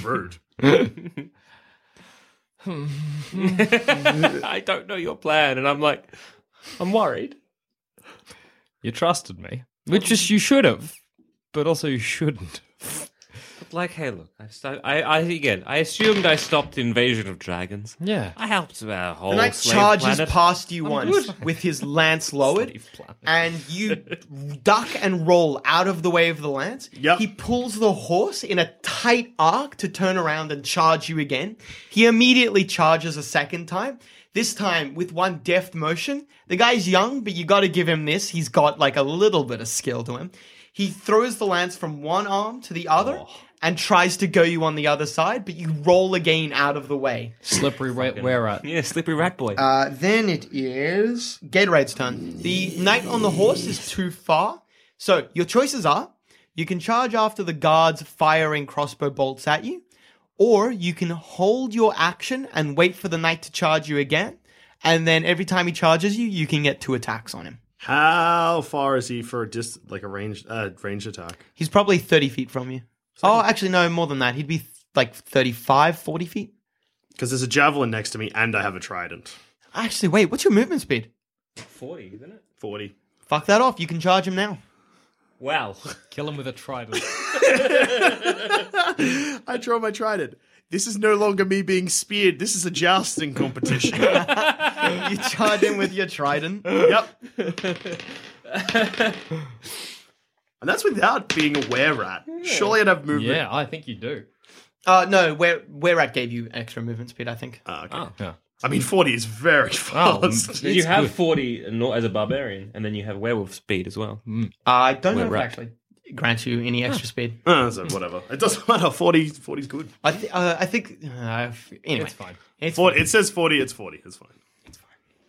Speaker 7: Rude.
Speaker 6: I don't know your plan, and I'm like, I'm worried.
Speaker 2: You trusted me. Which is, you should have, but also you shouldn't.
Speaker 6: But like, hey, look, I, st- I, I again, I assumed I stopped Invasion of Dragons.
Speaker 2: Yeah.
Speaker 6: I helped our whole
Speaker 3: The knight
Speaker 6: slave
Speaker 3: charges
Speaker 6: planet.
Speaker 3: past you once with his lance lowered,
Speaker 6: Slave planet.
Speaker 3: and you duck and roll out of the way of the lance.
Speaker 7: Yep.
Speaker 3: He pulls the horse in a tight arc to turn around and charge you again. He immediately charges a second time. This time with one deft motion. The guy's young, but you got to give him this. He's got like a little bit of skill to him. He throws the lance from one arm to the other
Speaker 6: Oh.
Speaker 3: and tries to go you on the other side, but you roll again out of the way.
Speaker 2: Slippery right where at.
Speaker 6: Yeah, slippery rat boy.
Speaker 3: Uh, then it is Gatorade's turn. The knight on the horse is too far. So your choices are you can charge after the guards firing crossbow bolts at you, or you can hold your action and wait for the knight to charge you again, and then every time he charges you, you can get two attacks on him.
Speaker 7: How far is he for a dis like a range uh, range attack?
Speaker 3: He's probably 30 feet from you. oh, actually, no, more than that. He'd be like 35, 40 feet.
Speaker 7: Because there's a javelin next to me, and I have a trident.
Speaker 3: Actually, wait, what's your movement speed?
Speaker 6: 40, isn't it?
Speaker 7: 40.
Speaker 3: Fuck that off. You can charge him now.
Speaker 6: Wow.
Speaker 5: Kill him with a trident.
Speaker 7: I draw my trident. This is no longer me being speared. This is a jousting competition.
Speaker 3: you charge him with your trident.
Speaker 7: Yep. and that's without being a were rat. Surely I'd have movement.
Speaker 5: yeah, I think you do.
Speaker 3: Uh, no, where where rat gave you extra movement speed, I think.
Speaker 7: Ah, okay.
Speaker 5: Yeah. Oh,
Speaker 7: I mean, 40 is very fast.
Speaker 6: you have 40 and not as a barbarian, and then you have werewolf speed as well.
Speaker 5: Mm.
Speaker 3: I don't know if it
Speaker 6: Were-rat.
Speaker 3: actually grants you any extra speed.
Speaker 7: Ah, so whatever. It doesn't matter. 40 40 is good.
Speaker 3: I, th- uh, I think. Uh, anyway.
Speaker 5: It's fine.
Speaker 3: It's
Speaker 7: 40, it says 40, it's 40. It's fine.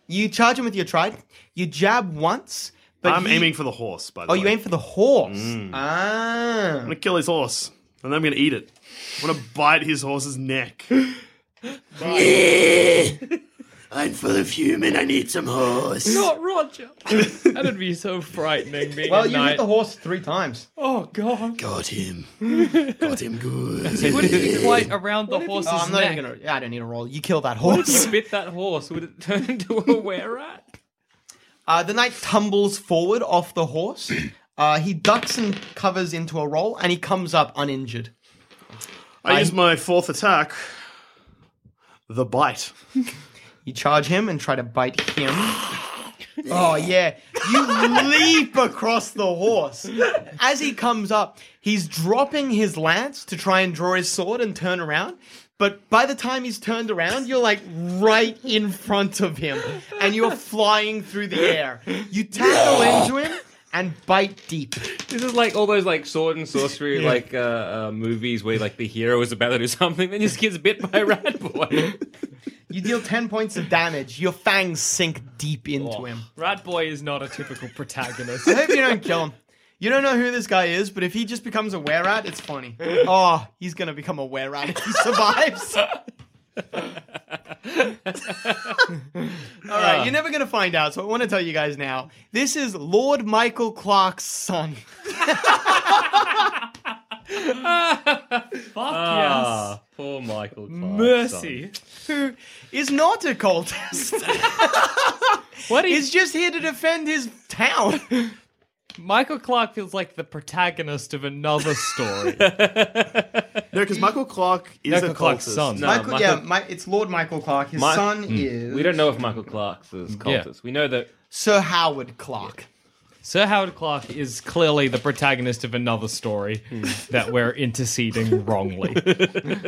Speaker 3: You charge him with your trident. You jab once, but
Speaker 7: I'm
Speaker 3: he-
Speaker 7: aiming for the horse, by the
Speaker 3: Oh,
Speaker 7: way.
Speaker 3: you aim for the horse. Ah.
Speaker 7: I'm going to kill his horse, and then I'm going to eat it. I'm going to bite his horse's neck. I'm full of human. I need some horse.
Speaker 5: Not Roger. That'd be so frightening. Being
Speaker 3: Well,
Speaker 5: a
Speaker 3: you
Speaker 5: knight.
Speaker 3: hit the horse three times.
Speaker 5: Oh god.
Speaker 7: Got him. Got him good.
Speaker 5: Would it be quite around the horse's
Speaker 3: Oh, I'm not
Speaker 5: neck?
Speaker 3: even gonna. I don't need a roll. You kill that
Speaker 5: Would you
Speaker 3: horse.
Speaker 5: spit that horse? Would it turn into a were rat?
Speaker 3: Uh, the knight tumbles forward off the horse. Uh, he ducks and covers into a roll, and he comes up uninjured.
Speaker 7: I use my fourth attack. The bite.
Speaker 3: You charge him and try to bite him. Oh yeah! You leap across the horse. As he comes up, he's dropping his lance to try and draw his sword and turn around. But by the time he's turned around, you're like right in front of him, and you're flying through the air. You tackle into him and bite deep.
Speaker 6: This is like all those like sword and sorcery like uh, uh, movies where like the hero is about to do something, then just gets bit by a rat boy.
Speaker 3: You deal ten points of damage. Your fangs sink deep into him.
Speaker 5: Rat boy is not a typical protagonist.
Speaker 3: I hope you don't kill him. You don't know who this guy is, but if he just becomes a were rat, it's funny. Oh, he's gonna become a were rat if he survives. All right, you're never gonna find out, so I want to tell you guys now. This is Lord Michael Clark's son.
Speaker 5: Fuck
Speaker 6: Ah, poor Michael.
Speaker 5: yes.
Speaker 6: Clark,
Speaker 5: Mercy.
Speaker 3: who is not a cultist.
Speaker 5: What is
Speaker 3: He's just here to defend his town.
Speaker 5: Michael Clark feels like the protagonist of another story.
Speaker 7: No, because Michael Clark is
Speaker 5: Michael
Speaker 7: a
Speaker 5: Clark's
Speaker 7: cultist.
Speaker 5: son.
Speaker 6: No.
Speaker 3: Michael,
Speaker 6: Uh, Michael-
Speaker 3: yeah, my, it's Lord Michael Clark. His
Speaker 6: Mi- Hmm.
Speaker 3: son is
Speaker 6: We don't know if Michael Clark's is cultist. We know that
Speaker 3: Sir Howard Clark.
Speaker 5: Sir Howard Clark is clearly the protagonist of another story that we're interceding wrongly.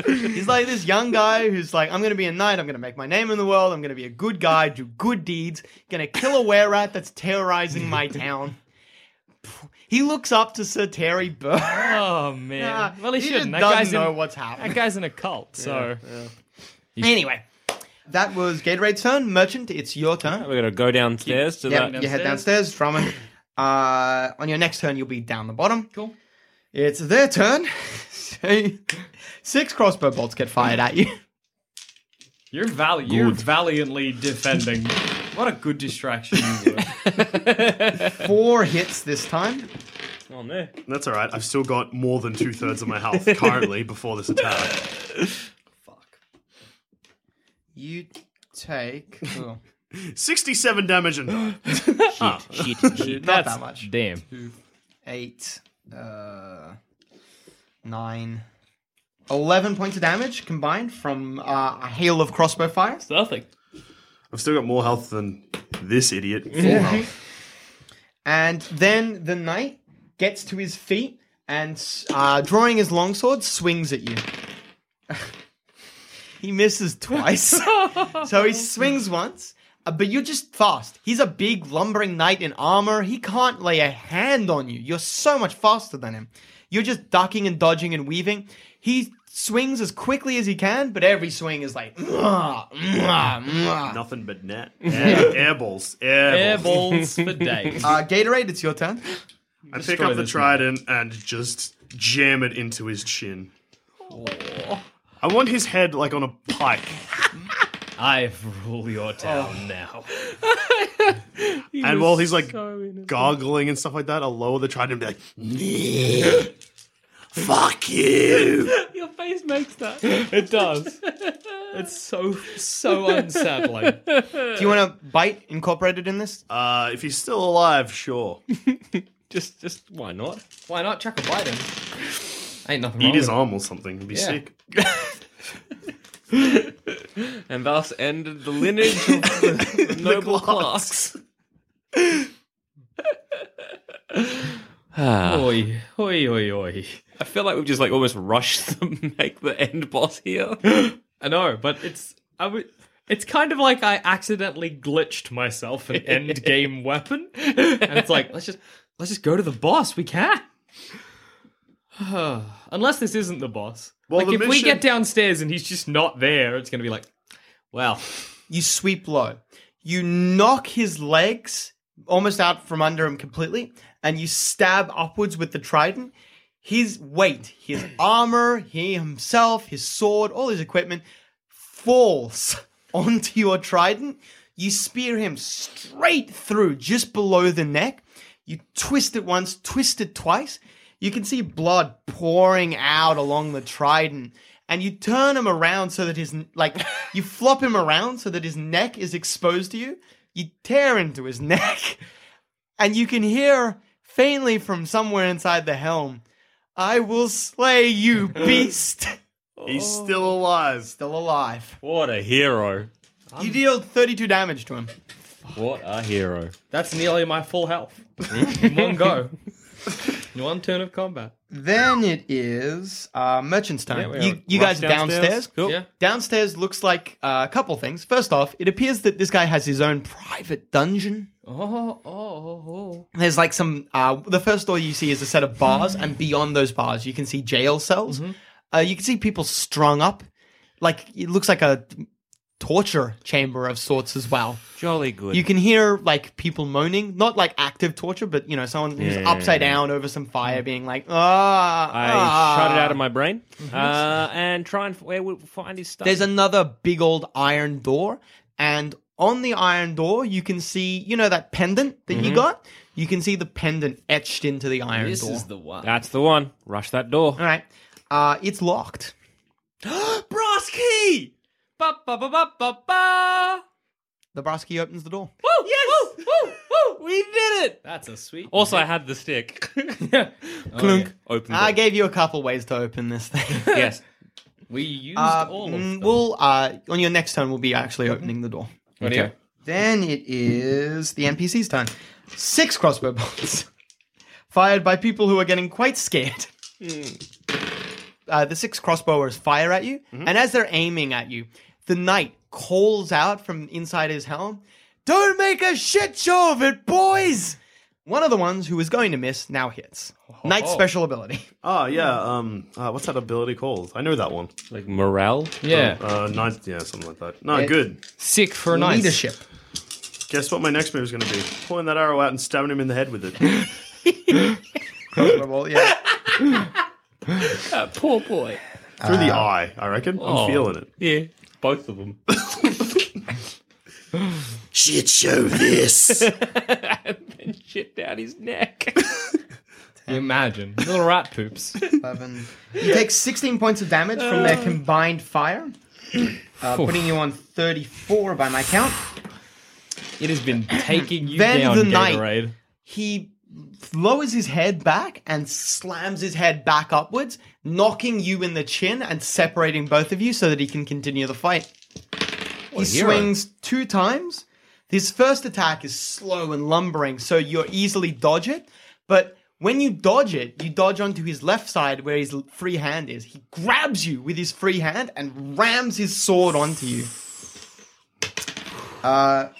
Speaker 3: He's like this young guy who's like, I'm gonna be a knight, I'm gonna make my name in the world, I'm gonna be a good guy, do good deeds, gonna kill a were rat that's terrorizing my town. He looks up to Sir Terry Burr.
Speaker 5: Oh man. well, he,
Speaker 3: he
Speaker 5: shouldn't.
Speaker 3: just
Speaker 5: That
Speaker 3: doesn't
Speaker 5: guy's
Speaker 3: know
Speaker 5: in,
Speaker 3: what's
Speaker 5: That
Speaker 3: happening.
Speaker 5: guy's in a cult. So
Speaker 3: Anyway, that was Gatorade's turn. Merchant, it's your turn.
Speaker 6: we're gonna go downstairs to
Speaker 3: Yeah,
Speaker 6: that.
Speaker 3: you head downstairs, Drummond. Uh, on your next turn, you'll be down the bottom.
Speaker 5: Cool.
Speaker 3: It's their turn. So, Six crossbow bolts get fired at you.
Speaker 5: you're val- you're valiantly defending. What a good distraction you were.
Speaker 3: Four hits this time.
Speaker 6: Oh no.
Speaker 7: That's all right. I've still got more than two thirds of my health currently before this attack.
Speaker 3: You take. oh,
Speaker 7: 67 damage and.
Speaker 3: not that much.
Speaker 5: Damn.
Speaker 3: eight, uh, nine, eleven points of damage combined from uh, a hail of crossbow fire.
Speaker 5: Perfect.
Speaker 7: I've still got more health than this idiot.
Speaker 3: And then the knight gets to his feet and, uh, drawing his longsword, swings at you. he misses twice. so he swings once. uh, But you're just fast. He's a big lumbering knight in armor. He can't lay a hand on you. You're so much faster than him. You're just ducking and dodging and weaving. He swings as quickly as he can, but every swing is like, "Mwah, mwah, mwah."
Speaker 7: Nothing but net. Air, air balls. Air,
Speaker 5: Air
Speaker 7: balls.
Speaker 5: balls for days.
Speaker 3: uh, Gatorade, it's your turn.
Speaker 7: I pick up the
Speaker 5: this
Speaker 7: trident and just jam it into his chin. I want his head like on a pike.
Speaker 10: I rule your town
Speaker 5: Oh.
Speaker 10: now.
Speaker 5: He
Speaker 7: and
Speaker 5: was
Speaker 7: while he's like
Speaker 5: so innocent.
Speaker 7: goggling and stuff like that, Alola the Trident would be like, "Nyeh, fuck you.
Speaker 5: Your face makes that.
Speaker 10: It does. It's so so
Speaker 3: unsettling. Do you want to bite incorporated in this?
Speaker 7: Uh, if he's still alive, sure.
Speaker 6: just, just why not?
Speaker 5: Why not chuck a bite in? Ain't nothing
Speaker 7: Eat
Speaker 5: wrong
Speaker 7: his
Speaker 5: with
Speaker 7: arm or something. It'd be
Speaker 5: Oh. Yeah.
Speaker 7: sick.
Speaker 6: And thus ended the lineage of the, noble Clarks.
Speaker 10: Oi, oi, oi, oi.
Speaker 6: I feel like we've just like almost rushed to make the end boss here.
Speaker 10: I know, but it's I would. It's kind of like I accidentally glitched myself an end game weapon, and it's like let's just let's just go to the boss. We can, unless this isn't the boss.
Speaker 7: Well,
Speaker 10: like
Speaker 7: the
Speaker 10: if we
Speaker 7: mission-
Speaker 10: get downstairs and he's just not there, it's gonna be like, well,
Speaker 3: you sweep low. You knock his legs almost out from under him completely, and you stab upwards with the trident. His weight, his armor, he himself, his sword, all his equipment falls onto your trident. You spear him straight through just below the neck. You twist it once, twist it twice. You can see blood pouring out along the trident, and you turn him around so that his like you flop him around so that his neck is exposed to you. You tear into his neck, and you can hear faintly from somewhere inside the helm, "I will slay you, beast."
Speaker 7: He's still
Speaker 5: Oh.
Speaker 7: alive.
Speaker 3: Still alive.
Speaker 6: What a hero.
Speaker 3: You deal 32 damage to him.
Speaker 6: What a hero.
Speaker 10: that's nearly my full health in one go, in one turn of combat.
Speaker 3: Then it is uh, merchant's time.
Speaker 10: Yeah, we
Speaker 3: you
Speaker 10: are.
Speaker 3: you
Speaker 10: Rush
Speaker 3: guys are downstairs.
Speaker 10: downstairs. Cool.
Speaker 3: Yeah. Downstairs looks like uh, a couple things. First off, it appears that this guy has his own private dungeon.
Speaker 10: Oh, oh, oh,
Speaker 3: There's like some. Uh, the first door you see is a set of bars, and beyond those bars, you can see jail cells.
Speaker 6: Mm-hmm.
Speaker 3: Uh, you can see people strung up. Like it looks like a torture chamber of sorts as well.
Speaker 6: Jolly good.
Speaker 3: You can hear like people moaning, not like active torture, but you know someone who's
Speaker 6: Yeah. Mm.
Speaker 3: upside down over some fire, being like, "Ah!"
Speaker 6: I
Speaker 3: ah.
Speaker 6: shut it out of my brain uh, and try and f- where we find his stuff.
Speaker 3: There's another big old iron door, and on the iron door, you can see, you know, that pendant that you
Speaker 6: Mhm.
Speaker 3: got? You can see the pendant etched into the iron
Speaker 10: Mm-hmm. This
Speaker 3: door.
Speaker 10: is the one.
Speaker 6: That's the one. Rush that door.
Speaker 3: All right. Uh, it's locked.
Speaker 5: Brass key! Ba ba ba ba ba ba!
Speaker 3: The brass key opens the door.
Speaker 5: Woo! Yes! Woo! Woo! Woo! We did it!
Speaker 10: That's a sweet.
Speaker 6: Also, I had the stick.
Speaker 10: Oh,
Speaker 3: Clunk.
Speaker 6: Open
Speaker 3: I gave you a couple ways to open this thing.
Speaker 6: yes.
Speaker 10: We used
Speaker 3: Uh,
Speaker 10: all of
Speaker 3: mm, we'll, uh, on your next turn, we'll be actually opening the door.
Speaker 10: What do you- Okay.
Speaker 3: Then it is the NPC's turn. Six crossbow bolts fired by people who are getting quite scared. uh, the six crossbowers fire at you, and as they're aiming at you, the knight calls out from inside his helm, "Don't make a shit show of it, boys!" One of the ones who was going to miss now hits. Knight special ability.
Speaker 7: Oh yeah. Um. Uh, what's that ability called? I know that one.
Speaker 6: Like morale.
Speaker 7: Yeah. Uh, nine, yeah, something like that. No,
Speaker 3: It-
Speaker 7: good.
Speaker 10: Sick for
Speaker 3: nice. Leadership.
Speaker 7: Guess what my next move is going to be? Pulling that arrow out and stabbing him in the head with it.
Speaker 3: Crossbow bolt, yeah.
Speaker 5: That poor boy.
Speaker 7: Through the eye, I reckon.
Speaker 6: Oh.
Speaker 7: I'm feeling it.
Speaker 6: Yeah. Both of them.
Speaker 7: Shit show this.
Speaker 6: and shit down his neck.
Speaker 10: You imagine little rat poops.
Speaker 3: Eleven. You take 16 points of damage from their combined fire, uh,
Speaker 10: Oof.
Speaker 3: putting you on 34 by my count.
Speaker 10: It has been taking you
Speaker 3: Then
Speaker 10: down,
Speaker 3: the knight-
Speaker 10: Gatorade.
Speaker 3: He lowers his head back and slams his head back upwards, knocking you in the chin and separating both of you so that he can continue the fight. He
Speaker 6: a hero.
Speaker 3: swings two times. His first attack is slow and lumbering, so you easily dodge it. But when you dodge it, you dodge onto his left side where his l- free hand is. He grabs you with his free hand and rams his sword onto you. Uh,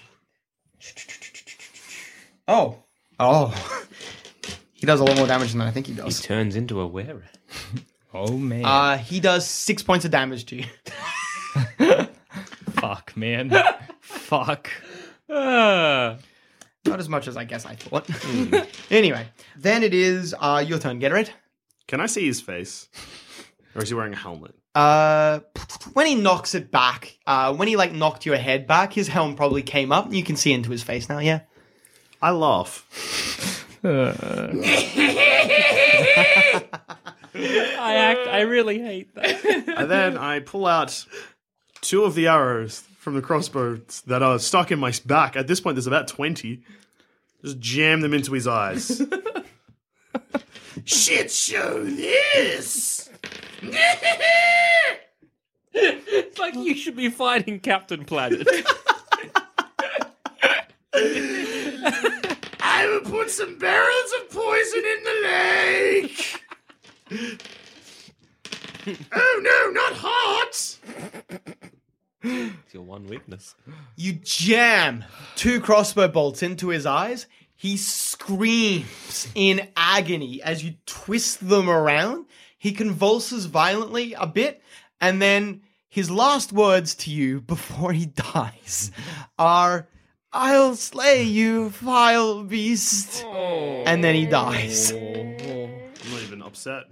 Speaker 3: oh. Oh. he does a lot more damage than I think he
Speaker 6: He
Speaker 3: does.
Speaker 6: turns into a were.
Speaker 10: Oh man.
Speaker 3: Uh, he does six points of damage to you.
Speaker 10: Fuck, man. Fuck.
Speaker 6: Ah.
Speaker 3: Not as much as I guess I thought. anyway, then it is uh, your turn, Gatorade.
Speaker 7: Can I see his face? Or is he wearing a helmet?
Speaker 3: Uh, when he knocks it back, uh, when he like knocked your head back, his helm probably came up. You can see into his face now. Yeah,
Speaker 7: I laugh.
Speaker 10: I act. I really hate that.
Speaker 7: and then I pull out two of the arrows from the crossbows that are stuck in my back. At this point, there's about 20. Just jam them into his eyes. Shit show this!
Speaker 6: it's like you should be fighting Captain Planet.
Speaker 11: I will put some barrels of poison in the lake. oh no, not hot!
Speaker 6: it's your one weakness.
Speaker 3: you jam two crossbow bolts into his eyes. He screams in agony as you twist them around. He convulses violently a bit, and then his last words to you before he dies are, I'll slay you, vile beast. And then he dies.
Speaker 7: I'm not even upset.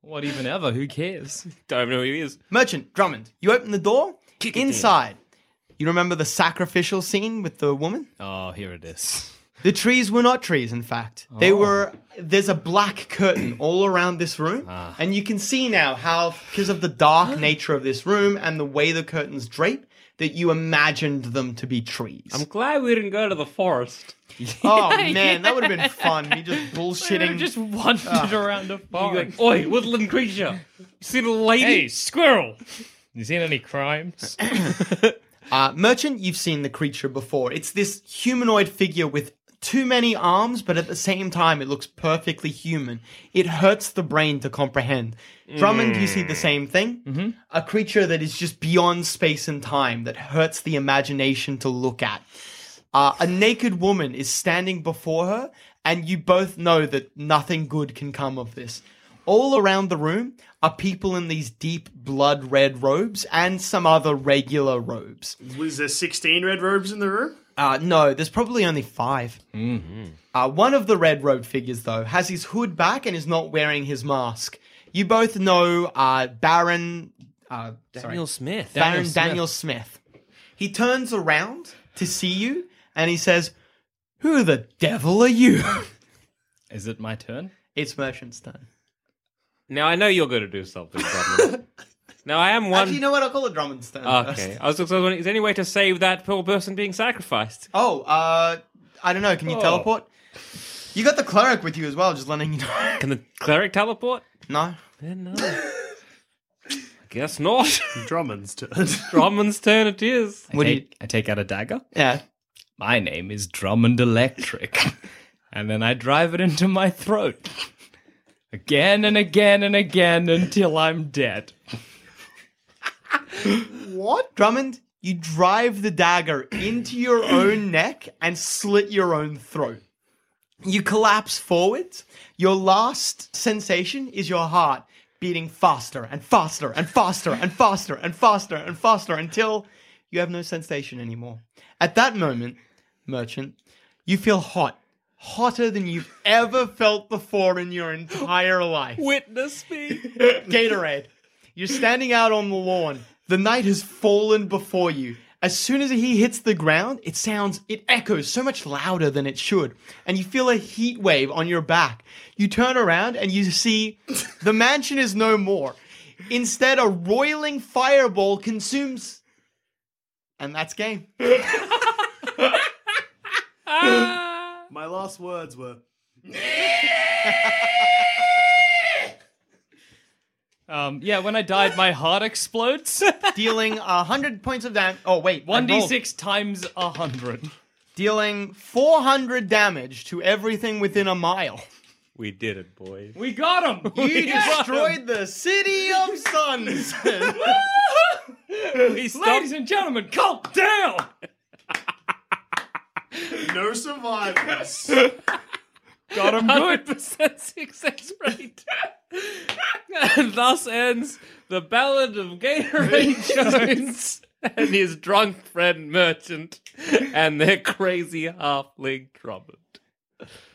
Speaker 10: what even ever? Who cares?
Speaker 6: Don't even know who he is.
Speaker 3: Merchant Drummond, you open the door. Inside, you remember the sacrificial scene with the woman?
Speaker 10: Oh, here it is.
Speaker 3: The trees were not trees, in fact.
Speaker 5: Oh.
Speaker 3: They were. There's a black curtain all around this room,
Speaker 5: Ah.
Speaker 3: and you can see now how, because of the dark nature of this room and the way the curtains drape, that you imagined them to be trees.
Speaker 5: I'm glad we didn't go to the forest.
Speaker 3: oh man, that would have been fun. Me just bullshitting.
Speaker 5: just wandered
Speaker 6: Ah.
Speaker 5: around the forest.
Speaker 10: Oi, woodland creature. You seen a lady? Hey, squirrel. You seen any crimes?
Speaker 3: Uh, Merchant, you've seen the creature before. It's this humanoid figure with too many arms, but at the same time, it looks perfectly human. It hurts the brain to comprehend. Drummond, you see the same thing? Mm-hmm. A creature that is just beyond space and time, that hurts the imagination to look at. Uh, a naked woman is standing before her, and you both know that nothing good can come of this. All around the room are people in these deep blood red robes and some other regular robes.
Speaker 7: Was there 16 red robes in the room?
Speaker 3: Uh, no, there's probably only five.
Speaker 6: Mm-hmm.
Speaker 3: Uh, one of the red robe figures, though, has his hood back and is not wearing his mask. You both know uh, Baron. Uh,
Speaker 6: Daniel Smith.
Speaker 3: Baron Daniel Smith. He turns around to see you and he says, Who the devil are you?
Speaker 10: Is it my turn?
Speaker 3: it's Merchant's turn.
Speaker 6: Now I know you're going to do something, Drummond. now I am one.
Speaker 3: Actually, you know what? I'll call it Drummond's turn.
Speaker 6: okay,
Speaker 3: first.
Speaker 6: I was just wondering, is there any way to save that poor person being sacrificed?
Speaker 3: Oh, uh, I don't know. Can you
Speaker 6: Oh.
Speaker 3: teleport? You got the cleric with you as well, just letting you know.
Speaker 6: Can the cleric teleport?
Speaker 3: No.
Speaker 6: Yeah, no. I guess not.
Speaker 7: Drummond's turn.
Speaker 6: Drummond's turn it is.
Speaker 10: I, take, I take out a dagger.
Speaker 3: Yeah.
Speaker 10: My name is Drummond Electric. and then I drive it into my throat. Again and again and again until I'm dead.
Speaker 3: What? Drummond, you drive the dagger into your own neck and slit your own throat. You collapse forwards. Your last sensation is your heart beating faster and faster and faster and faster and faster and faster until you have no sensation anymore. At that moment, merchant, you feel hot. Hotter than you've ever felt before in your entire life.
Speaker 5: Witness me.
Speaker 3: Gatorade. You're standing out on the lawn. The night has fallen before you. As soon as he hits the ground, it sounds, it echoes so much louder than it should. And you feel a heat wave on your back. You turn around and you see the mansion is no more. Instead, a roiling fireball consumes. And that's game.
Speaker 7: My last words were.
Speaker 10: Um, yeah, when I died, my heart explodes.
Speaker 3: Dealing 100 points of damage. Oh, wait. I rolled.
Speaker 10: 1d6 times 100.
Speaker 3: Dealing 400 damage to everything within a mile.
Speaker 6: We did it, boys.
Speaker 10: We got him!
Speaker 3: You destroyed the city of suns.
Speaker 10: Ladies and gentlemen, cult down!
Speaker 7: No survivors.
Speaker 10: Got him good.
Speaker 5: Percent success rate.
Speaker 6: and thus ends the ballad of Gatorade Jones and his drunk friend Merchant and their crazy halfling Drummond.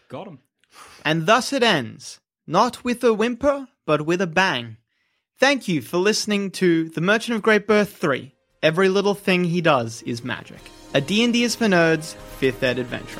Speaker 10: Got him.
Speaker 3: and thus it ends, not with a whimper, but with a bang. Thank you for listening to The Merchant of Great Birth 3. Every little thing he does is magic. A D&D is for nerds, 5th ed adventure.